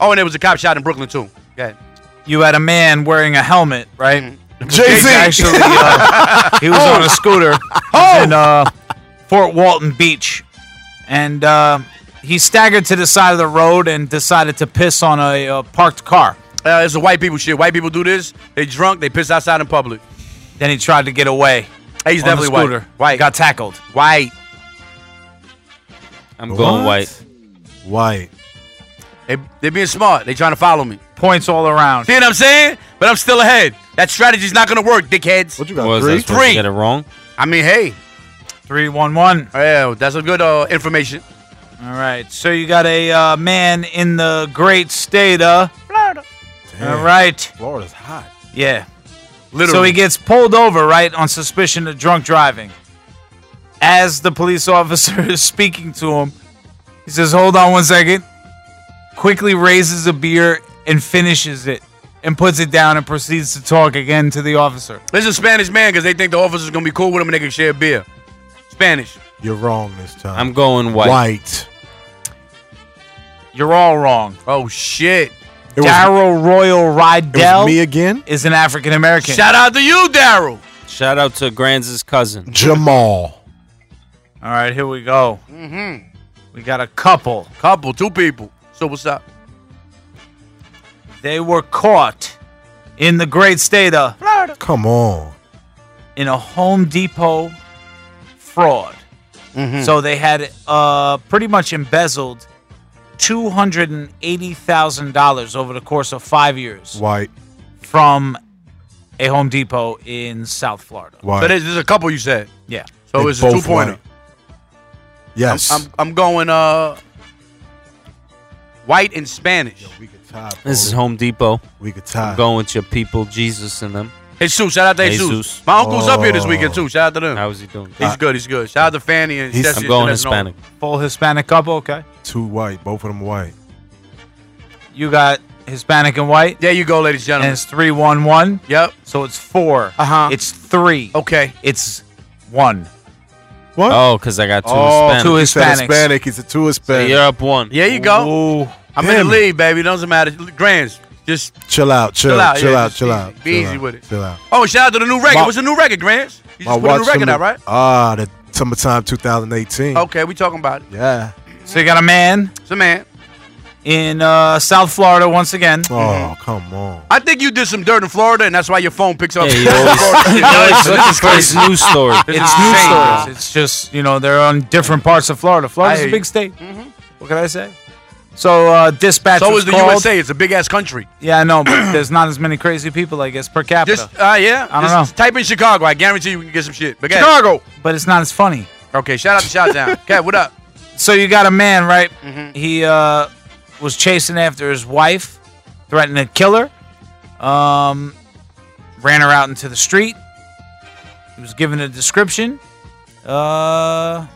Oh, and there was a cop shot in Brooklyn too. Go ahead.
You had a man wearing a helmet, right?
Jay-Z. Oh.
Actually, uh, he was on a scooter in uh, Fort Walton Beach, and uh, he staggered to the side of the road and decided to piss on a uh, parked car.
Uh, it's a white people shit. White people do this. They drunk. They piss outside in public.
Then he tried to get away.
Hey, he's
on the
definitely white.
scooter. Got tackled.
White.
I'm going white.
White. They, they're being smart. They trying to follow me.
Points all around.
See what I'm saying? But I'm still ahead. That strategy's not gonna work, dickheads. What you
Was I supposed to get it wrong?
I mean, hey.
Three one one.
Yeah, that's a good uh, information.
All right, so you got a uh, man in the great state of Florida. All right.
Florida's hot.
Yeah.
Literally.
So he gets pulled over, right, on suspicion of drunk driving. As the police officer is speaking to him, he says, Hold on one second. Quickly raises a beer and finishes it and puts it down and proceeds to talk again to the officer.
This is a Spanish man because they think the officer's gonna be cool with him and they can share beer. Spanish.
You're wrong this time.
I'm going white.
White.
You're all wrong.
Oh shit.
It was-
Daryl Royal Rydell
me again?
is an African American.
Shout out to you, Daryl.
Shout out to Grands' cousin.
Jamal.
All right, here we go.
Mm-hmm.
We got a couple.
Couple, two people. So what's up?
They were caught in the great state of
Come on.
in a Home Depot fraud.
Mm-hmm.
So they had uh, pretty much embezzled two hundred and eighty thousand dollars over the course of five years
White.
from a Home Depot in South Florida.
White.
So this, this is a couple you said.
Yeah.
So
They
it's a
both
two pointer.
white. Yes.
I'm, I'm going uh white and Spanish.
This is Home Depot.
We could
tie. I'm going with your people, Jesus and them.
Jesus, shout out to Jesus. My uncle's up here this
Oh.
weekend too. Shout out to them.
How's he doing?
Uh,
He's good. He's good. Shout out to Fanny and Ceci and that's all.
Full Hispanic couple, okay.
Two white. Both of them white.
You got Hispanic and white.
There you go, ladies and gentlemen.
And it's three one one.
Yep. Uh-huh.
So it's four. Uh huh. It's three.
Okay.
It's one.
What?
Oh, because I got two Hispanic.
two
He said
Hispanics.
Hispanic. He's a two Hispanic.
You're up one.
There you go. I'm in
Damn.
the lead, baby. Doesn't matter. Grands, just
Chill out. Chill,
Chill out,
out. Chill
yeah,
out.
just
Chill
be-
out.
be
chill
easy
out,
with it.
Chill out.
oh, shout out to the new record.
My-
What's the new record, Grands? You
My
just put a new
watch
record
from
out, right?
the- Ah, the summertime 2018.
Okay, we talking about it.
Yeah.
So you got a man
It's a man.
in uh, South Florida once again.
Oh, come on.
I think you did some dirt in Florida, and that's why your phone picks up.
Yeah, you always- you always looking
It's
for his news story. It's news stories. It's just you know they're on different parts of Florida. Florida's
I hear
a big
you. Mm-hmm.
state. What can I say? So uh, dispatch.
So
was
is the
called.
USA. It's a big ass country.
Yeah, I know, but there's not as many crazy people, I guess, per capita.
Just uh, yeah.
I don't
Just Type in Chicago. I guarantee you we can get some shit. But
Chicago. But it's not as funny.
Okay, shout out to Shout Down. Cat, what up? Mm-hmm.
So you got a man, right? He uh, was chasing after his wife, threatening to kill her. Um, ran her out into the street. He was given a description. Uh,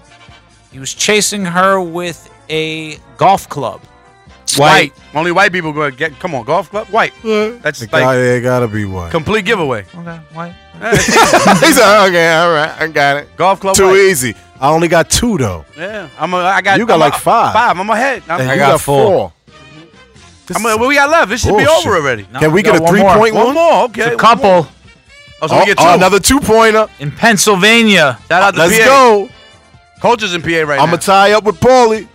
he was chasing her with a golf club.
White. Only white people gonna get. Come on, golf club. White. That's
The guy
like
there gotta be white.
complete giveaway.
Okay, white.
He's like, okay, all right, I got it.
Golf club.
Too
white.
easy. I only got two though.
Yeah, I'm. A, I got.
You got
I'm
like
a-
five.
Five. I'm ahead. I'm,
And you got four.
I'm a, what we got left? This should be
Bullshit.
over already.
Can we get a three point
One more. Okay.
It's a
one
couple
more. Oh, so we get two.
another two pointer.
in Pennsylvania.
uh, Shout out to
Let's
PA.
go.
Coaches in PA right
I'm
now.
gonna tie up with Paulie.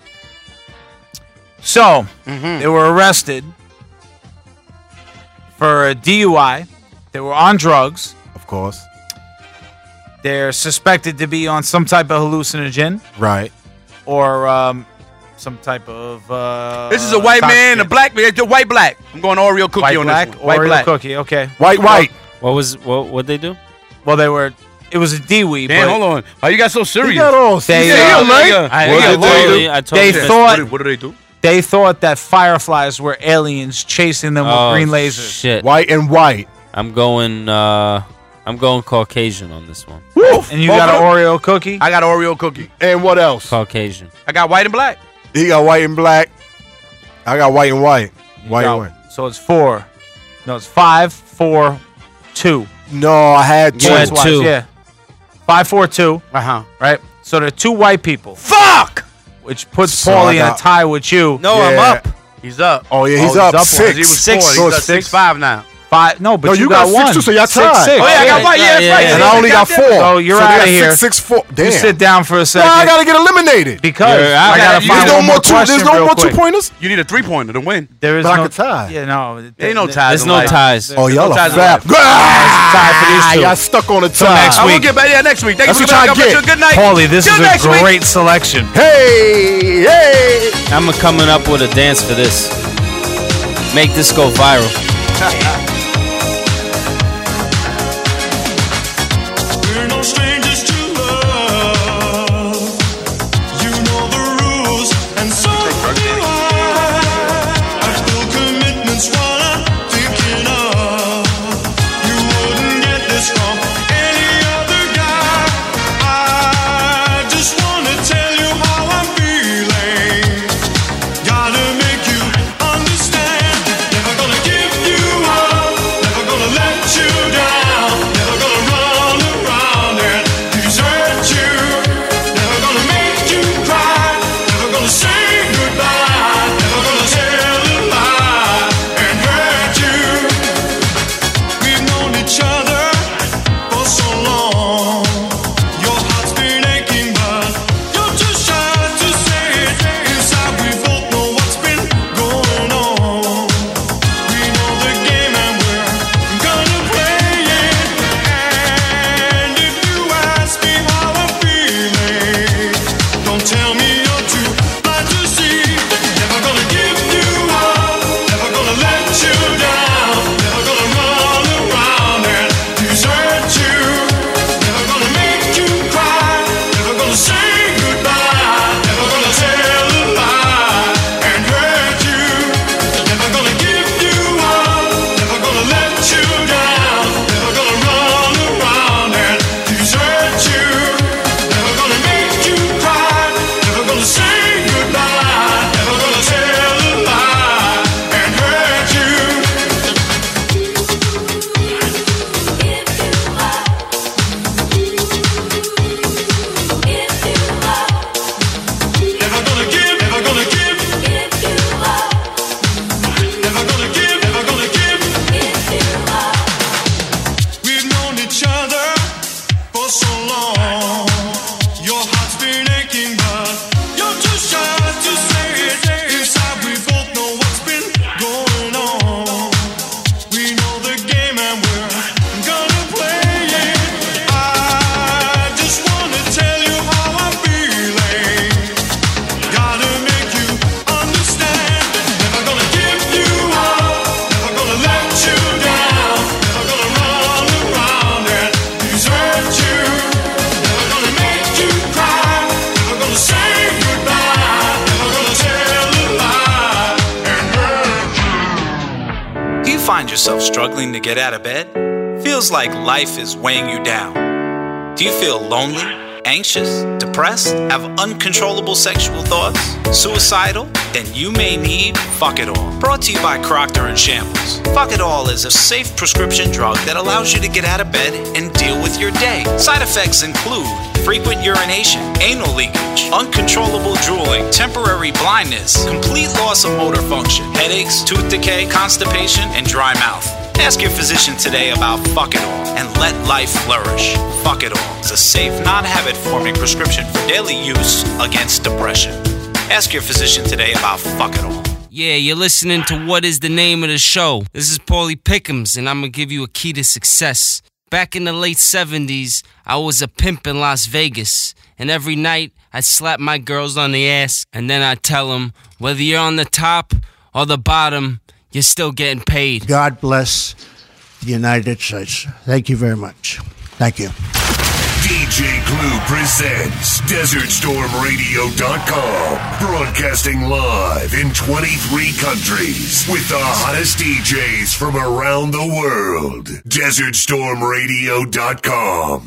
Mm-hmm.
So they were arrested for a DUI. They were on drugs.
Of course.
They're suspected to be on some type of hallucinogen
Right.
or um, some type of. Uh,
this is a white man, a black man, the white black. I'm going Oreo cookie
White
on
black,
this one. White
Oreo
black.
cookie. Okay.
White, white.
What was what? What they do?
Well, they were it was a Dewey.
Dan,
but
hold on. Why you got so serious?
got all
They,
serious.
uh,
Damn, man.
I-
What
I
did
got
they
loaded.
do?
I told
They
you.
thought-
What did- What do they do?
They thought that fireflies were aliens chasing them
Oh,
with green lasers.
Shit.
White and white.
I'm going. uh I'm going Caucasian on this one.
And you got an Oreo cookie?
I got an Oreo cookie.
And what else?
Caucasian.
I got white and black.
He got white and black. I got white and white. White and white.
So it's four. No, it's five, four, two.
No, I had two.
Yeah, it's wise, Yeah. Five, four, two. Uh
Uh-huh.
huh. Right. So there are two white people.
Fuck.
Which puts
So I
Paulie in a
got-
tie with you.
No, I'm Yeah. up. He's up.
Oh yeah, he's, up, six.
He was six. He's up six five now.
Five. No, Oh, but
No,
you,
you
got,
got six,
one.
too, so y'all
Six,
tied.
six.
Oh, yeah, I got one. Yeah, that's right. And I only got four.
So you're
So they
out
got
of
six,
here.
six, four.
You
Damn.
sit down for a second.
Nah, I gotta get eliminated.
Because
Yeah,
I,
I
gotta
gotta-
find
There's no
one
more two- there's
question
no
real
more
quick.
two-pointers?
You need a three pointer to win.
There is
But I
no
could tie.
Yeah, no,
There ain't no
th-
ties
There's
in
no
life.
ties.
Oh, y'all
no
are
ties in
fab.
life. Ah,
Y'all stuck on Oh, a
So
tie.
next week. yeah, next week. Thank
That's
you
what
for coming
y'all
back. I
get.
wish you a good night.
Paulie, this
Till
is
next
a
week.
great selection.
Hey, hey.
I'm coming up with a dance for this. Make this go viral.
We're no strangers to love. You know the rules, and so do I. I feel commitments while I'm thinking of. You wouldn't get this from any other guy. I just wanna tell you how I'm feeling. Gotta make you understand. Never gonna give you up. Never gonna let you down. Never gonna run around and desert you. Never gonna make you cry. Never gonna say goodbye. Never gonna tell a lie and hurt you. We've known each other for so long. Your heart's been aching, but you're too shy to say it. Inside, we both know what's been going on. We know the game and we're gonna play it. And if you ask me how I'm feeling, don't tell me you're too blind to see. Never gonna give you up, never gonna let you down, never gonna run around and desert you. Never gonna make you cry, never gonna say goodbye, never gonna tell a lie and hurt you. Never gonna give you up, never gonna let you down, never gonna run around and desert you. Never gonna make you cry, never gonna say goodbye, never gonna tell a lie and hurt you. Never gonna give, never gonna give, never gonna give, never gonna give. We've known each other for so long. Your heart's been aching, but you're too shy to say it. Inside, we both know what's been going on. We know the game and we're gonna play it. I just wanna tell you how I'm feeling. Gotta make you understand. Never gonna give you up. Never gonna let you down. Never gonna run around and desert you. Never gonna make you cry. Never gonna say goodbye. Never gonna tell a lie and hurt you.
Do you find yourself struggling to get out of bed? Feels like life is weighing you down. Do you feel lonely, anxious, depressed, have uncontrollable sexual thoughts, suicidal? Then you may need Fuck It All. Brought to you by Procter & Shambles. Fuck It All is a safe prescription drug that allows you to get out of bed and deal with your day. Side effects include frequent urination, anal leakage, uncontrollable drooling, temporary blindness, complete loss of motor function, headaches, tooth decay, constipation, and dry mouth. Ask your physician today about Fuck It All and let life flourish. Fuck It All is a safe, non habit forming prescription for daily use against depression. Ask your physician today about Fuck It All.
Yeah, you're listening to What is the Name of the Show? This is Paulie Pickums, and I'm gonna give you a key to success. Back in the late 70s, I was a pimp in Las Vegas, and every night I'd slap my girls on the ass, and then I'd tell them whether you're on the top or the bottom, you're still getting paid.
God bless the United States. Thank you very much. Thank you.
DJ Clue presents DesertStormRadio.com. Broadcasting live in 23 countries with the hottest DJs from around the world. DesertStormRadio.com.